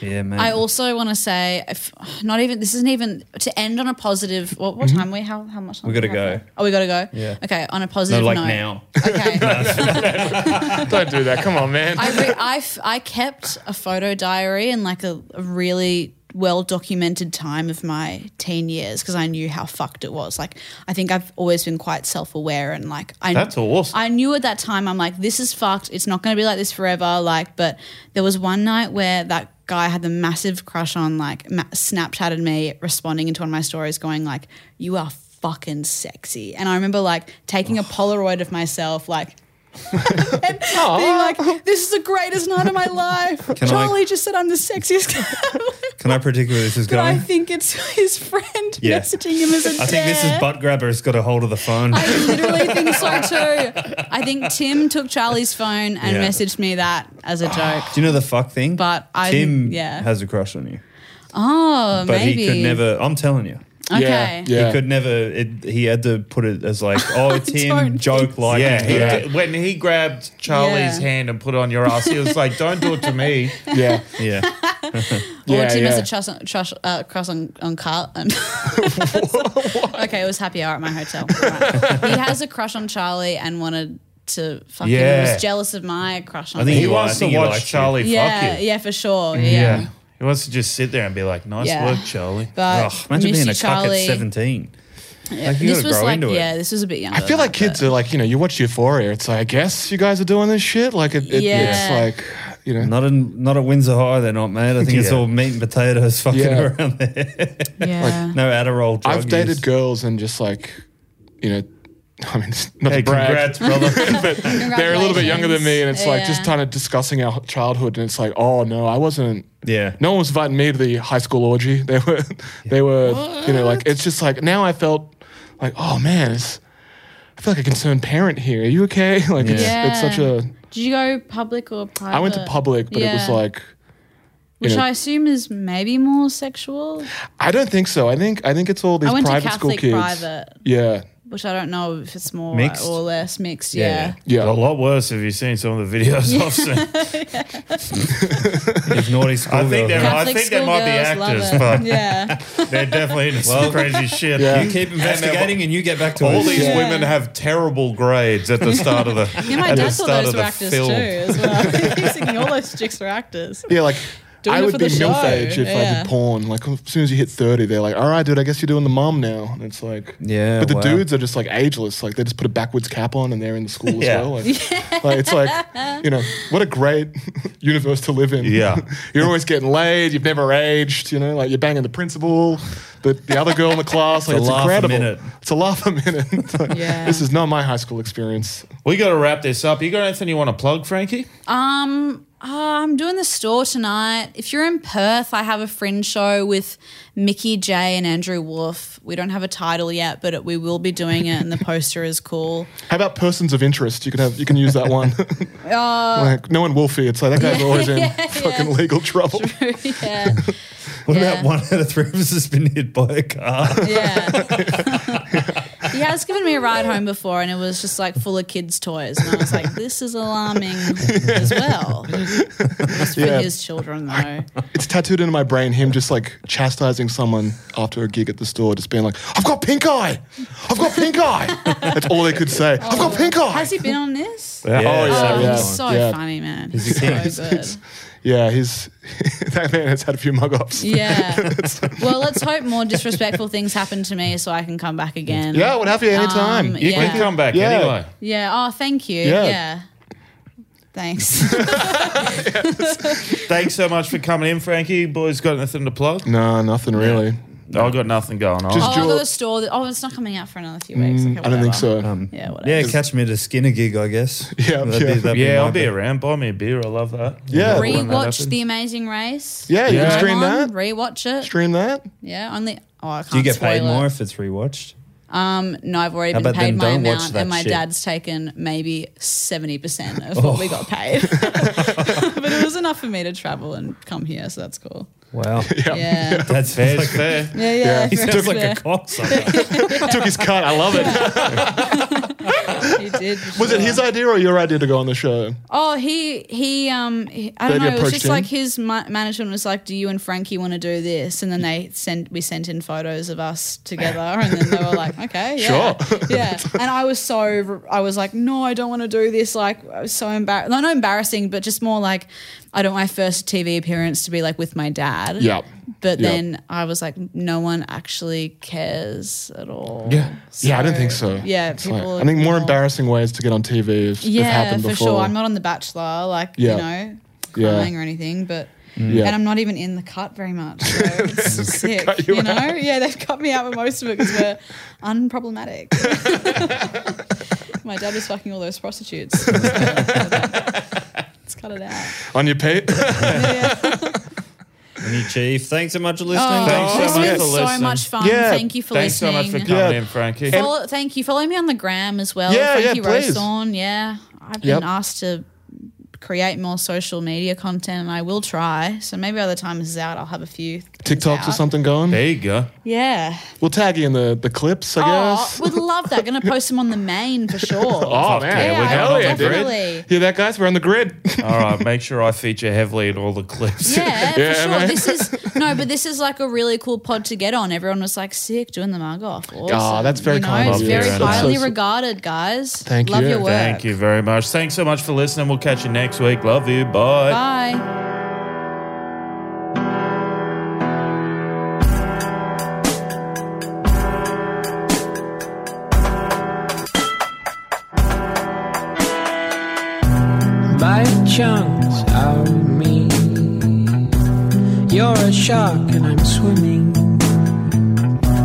A: Yeah, man.
C: I also want to say, if, not even this isn't even to end on a positive. What, what time we? How how much?
A: Mm-hmm.
C: Time
A: We gotta
C: do we have
A: go.
C: left? Oh, we gotta go.
A: Yeah.
C: Okay, on a
A: no,
C: positive
A: like
C: note.
A: now.
C: <laughs>
A: <laughs>
C: Okay.
B: <laughs> Don't do that. Come on,
C: <laughs>
B: man.
C: I, re- I, f- I kept a photo diary and like a, a really well documented time of my teen years because I knew how fucked it was. Like I think I've always been quite self aware and like I
B: That's awesome.
C: I knew at that time I'm like this is fucked. It's not going to be like this forever. Like but there was one night where that guy had the massive crush on like ma- Snapchatted me responding into one of my stories going like you are fucking sexy and I remember like taking a
A: Oh.
C: Polaroid of myself like
A: <laughs>
C: <laughs> being like, this is the greatest night of my life.
A: Can I-
C: Charlie just said I'm the sexiest <laughs> guy.
A: Can I predict where this is
C: but I
A: going?
C: think it's <laughs> his friend
A: Yeah.
C: messaging him as a
A: I think this is
C: dare.
A: butt grabber has got a hold of the phone.
C: I literally think so too. I think Tim took Charlie's phone and
A: Yeah.
C: messaged me that as a joke.
A: Do you know the fuck thing?
C: But I-
A: Tim
C: yeah.
A: has a crush on you,
C: Oh,
A: but
C: maybe.
A: he could never. I'm telling you,
C: Okay.
D: Yeah, yeah.
A: he could never. It, he had to put it as like, oh, <laughs> Tim
C: don't
A: joke like
B: yeah, he
A: yeah.
B: did- when he grabbed Charlie's
C: Yeah.
B: hand and put it on your ass, he was like, "Don't do it
A: <laughs>
B: to me."
D: yeah.
A: yeah.
C: Or
D: Yeah,
C: Tim has
D: yeah.
C: a trust on, trust, uh, cross on, on Carl. And <laughs> okay, it was happy hour at my hotel. Right. he has a crush on Charlie and wanted to fuck him. He
B: Yeah.
C: was jealous of my crush on
A: I think
B: He
A: he
C: him.
A: wa-
B: wants
A: I think he
B: to watch
A: likes you.
B: Charlie
C: Yeah,
B: fuck you.
C: yeah, for sure. Yeah.
B: Yeah. He wants to just sit there and be like, "Nice
C: Yeah.
B: work, Charlie."
C: But
A: Ugh, imagine
C: Missy
A: being a cuck
C: Charlie.
A: at 17. Like, you
C: this
A: gotta
C: was
A: grow
C: like,
A: into it.
C: yeah, this was a bit younger.
D: I feel like kids are like, you know, you watch Euphoria. It's like, I guess you guys are doing this shit. Like, it, it,
C: Yeah.
D: it's like, you know,
A: Not in, not at Windsor High, they're not, mate. I think it's
B: Yeah.
A: all meat and potatoes fucking
D: Yeah.
A: <laughs> around there.
C: yeah.
A: No Adderall. Drug
D: I've dated
A: use.
D: girls and just like, you know, <laughs> I mean, it's not to brag,
A: <laughs>
B: Congrats, brother.
D: but they're a little bit younger than me, and it's like just
C: Yeah.
D: kind of discussing our childhood, and it's like, oh no, I wasn't.
A: Yeah.
D: No one was inviting me to the high school orgy. <laughs> They were, they were, you know, like it's just like now I felt like, oh man, it's, I feel like a concerned parent here. Are you okay? <laughs> Like it's, it's such
C: Yeah.
D: a.
C: Did you go public or private?
D: I went to public, but it was
C: Yeah.
D: like.
C: which
D: know-
C: I assume is maybe more sexual.
D: I don't think so. I think I think it's all these
C: I went
D: private
C: to
D: school
C: Catholic
D: kids.
C: private,
D: Yeah,
C: which I don't know if it's more
A: Mixed?
C: or less mixed. Yeah.
D: yeah.
B: A lot worse if you've seen some of the videos I've seen. <laughs>
C: <laughs>
A: These naughty school
B: I
A: girls.
B: think they're I
C: Catholic
B: think they might be actors,
C: schoolgirls love it.
B: but <laughs>
C: Yeah.
B: they're definitely into some crazy shit.
D: Yeah.
A: You keep investigating and you get back to
B: All
A: us.
B: these
C: Yeah.
B: women have terrible grades at the start of the.
C: <laughs> Yeah, my
B: at the
C: dad thought
B: start
C: those
B: of
C: were
B: the
C: actors
B: film.
C: too as well. <laughs> He was thinking all those chicks were actors.
D: Yeah, like
C: Doing
D: I
C: it
D: would
C: for
D: be
C: the show,
D: milf age if I
C: yeah.
D: did porn. Like as soon as you hit thirty, they're like, "All right, dude, I guess you're doing the mom now." And it's like,
A: Yeah,
D: But the
A: wow.
D: dudes are just like ageless. Like they just put a backwards cap on and they're in the school as
B: Yeah.
D: well.
C: <laughs>
D: Like, like, it's like, you know, what a great <laughs> universe to live in.
B: Yeah.
D: <laughs> you're always getting laid. You've never aged. You know, like you're banging the principal, the, the other girl in the class. Like
A: It's
D: it's,
A: a laugh a
D: incredible.
A: minute.
D: It's a laugh a minute. <laughs> It's like,
C: Yeah.
D: This is not my high school experience.
B: We got to wrap this up. You got anything you want to plug, Frankie?
C: Um, Uh, I'm doing the store tonight. If you're in Perth, I have a fringe show with Mickey J and Andrew Wolf. We don't have a title yet, but it, we will be doing it, and the poster is cool.
D: How about persons of interest? You can have you can use that
C: <laughs>
D: one.
C: Oh.
D: like no one will fear. So that guy's always in
C: <laughs>
D: fucking legal trouble.
C: yeah,
A: What
C: Yeah.
A: about one out of three of us has been hit by a car? <laughs>
C: yeah. he has given me a ride home before, and it was just like full of kids' toys, and I was like, "This is alarming
D: <laughs>
C: as well." That's for
D: Yeah.
C: his children, though.
D: It's tattooed into my brain. Him just like chastising someone after a gig at the store, just being like, "I've got pink eye. I've got pink
C: <laughs>
D: eye." That's all they could say. I've got pink eye.
C: <laughs> Oh. Has he been on this?
A: Yeah.
D: Oh, <laughs> yeah,
C: Oh,
D: yeah.
C: he's so
D: yeah.
C: funny, man.
A: a
C: He's so
A: king.
C: good.
D: Yeah, he's <laughs> that man has had a few mug ups.
C: Yeah. well, let's hope more disrespectful things happen to me so I can come back again.
D: Yeah, I would have you anytime.
C: Um,
B: You
C: yeah.
B: can come back
D: Yeah.
B: anyway.
C: Yeah. Oh, thank you.
D: Yeah.
C: Yeah. Thanks.
B: Thanks so much for coming in, Frankie. Boys, got anything to plug?
D: No, nothing really.
B: I got nothing going on.
D: Just-
C: oh, I got
D: Jewel-
C: a store. That, oh, it's not coming out for another few weeks. Okay,
D: Mm, I don't think
C: whatever.
D: so.
C: Yeah, whatever.
A: Yeah, catch me at a Skinner gig, I <laughs> guess.
D: Yeah,
A: That'd
D: yeah.
A: Be, that'd
B: yeah,
A: my
B: I'll be
A: bit.
B: around. Buy me a beer. I love that.
D: yeah,
B: Re- when that
C: Rewatch
B: happens.
C: The Amazing Race.
D: yeah, you
B: Yeah.
D: can stream
C: Come on,
D: that.
C: Rewatch it.
D: Stream that.
C: <laughs> Yeah, only. Oh, I can't
A: Do you get paid
C: spoil it.
A: more if it's rewatched?
C: Um, no, I've already
A: How
C: been
A: about
C: paid
A: them
C: my
A: don't watch
C: amount,
A: that
C: and my
A: shit?
C: dad's taken maybe seventy percent of what we
A: Oh.
C: got
A: <laughs>
C: paid. <laughs> but it was enough for me to travel and come here, so that's cool.
D: <laughs>
A: Wow.
C: Yeah,
A: That's <laughs>
B: Fair's
A: fair.
B: fair.
C: yeah, yeah.
A: He
C: for
A: sounds
C: us
A: like
C: there.
A: a cocksucker.
D: Took his cut. I love it.
C: He did. for
D: <laughs> Was it
C: sure.
D: his idea or your idea to go on the show?
C: Oh, he he um he- I don't
D: They
C: know. It was
D: approached
C: just
D: him?
C: like his ma- management was like, "Do you and Frankie want to do this?" And then they sent we sent in photos of us together, and then they were like, "Okay, yeah,
D: Sure.
C: <laughs> yeah." And I was so I was like, "No, I don't want to do this." Like, I was so embarrassed. Not embarrassing, but just more like I don't want my first TV appearance to be like with my dad.
D: Yeah.
C: But
D: Yeah.
C: then I was like, no one actually cares at all.
D: yeah, I don't think so.
C: Yeah,
D: It's like-
C: people
D: I think more
C: ignore-
D: embarrassing ways to get on TV have, have
C: Yeah,
D: happened
C: for
D: before.
C: sure. I'm not on The Bachelor, like,
D: Yeah.
C: you know,
D: Yeah. Mm.
C: crying or anything, but.
D: Yeah.
C: And I'm not even in the cut very much.
D: <laughs>
C: So it's just sick,
D: cut you
C: you, know? Yeah, they've cut me out with most of it because we're
D: <laughs>
C: unproblematic. My dad was fucking all those prostitutes. <laughs> Let's cut it out.
D: on your pay.
C: <laughs> Yeah.
A: New chief. Thanks so much for listening.
C: Oh,
A: guys.
B: Thanks so
C: this
B: much
C: was
B: for
C: so
B: listening.
C: much fun.
D: Yeah.
C: Thank you for
B: Thanks so
C: listening.
B: much for coming
D: Yeah.
B: in, Frankie.
C: Follow, thank you. Follow me on the gram as well.
D: Yeah,
C: Frankie
D: yeah, please.
C: Rosethorn. Yeah. I've
D: Yep.
C: been asked to create more social media content and I will try. So maybe by the time this is out, I'll have a few things
D: TikToks or
C: out.
D: something going.
B: There you
C: <laughs>
B: go.
C: Yeah.
D: We'll tag you in the, the clips, I
C: Oh,
D: guess.
C: would love that. Gonna post them on the main for sure.
D: <laughs> Oh, man.
B: yeah, we're
C: I
B: going
C: will
B: on the grid.
C: definitely.
D: Hear that, guys? We're on the grid. <laughs>
B: All right, make sure I feature heavily in all the clips.
C: Yeah,
D: <laughs> Yeah,
C: for sure.
D: man.
C: This is no, but this is like a really cool pod to get on. Everyone was like sick doing the mug off. Awesome.
D: Ah, that's very
C: you know,
D: kind
C: It's
D: of
B: you.
C: very
B: Love you, Anna.
C: highly
D: So-
C: regarded, guys.
D: Thank
C: Love
D: you.
C: your work.
B: Thank you very much. Thanks so much for listening. We'll catch you next week. Love you. Bye.
C: Bye.
G: by chunks of me. You're a shark and I'm swimming.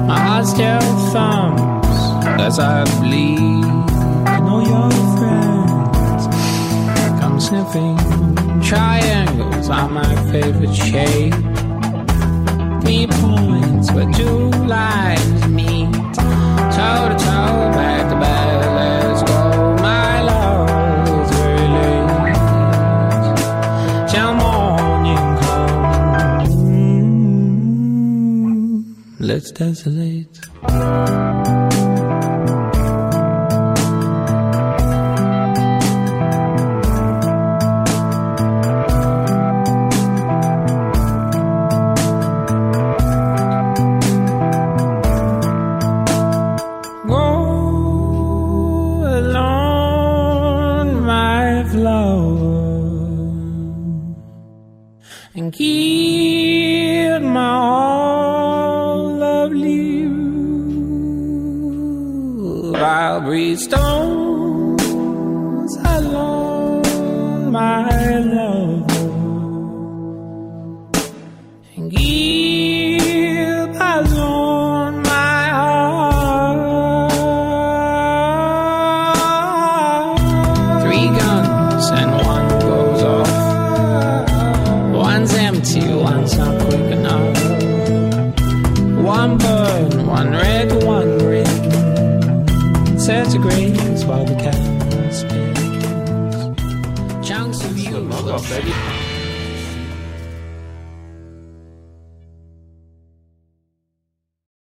G: My heart still thumps as I bleed. And all your friends come sniffing. Triangles are my favorite shape. Three points where two lines meet. Toe to toe, back to back, let's go. My love is very late. Till morning comes. Let's desolate. Go along my flow and keep my all lovely love. I'll breathe stones along my love and give alone my heart. Three guns and one goes off. sets of grains while the cat spins. Chunks of you.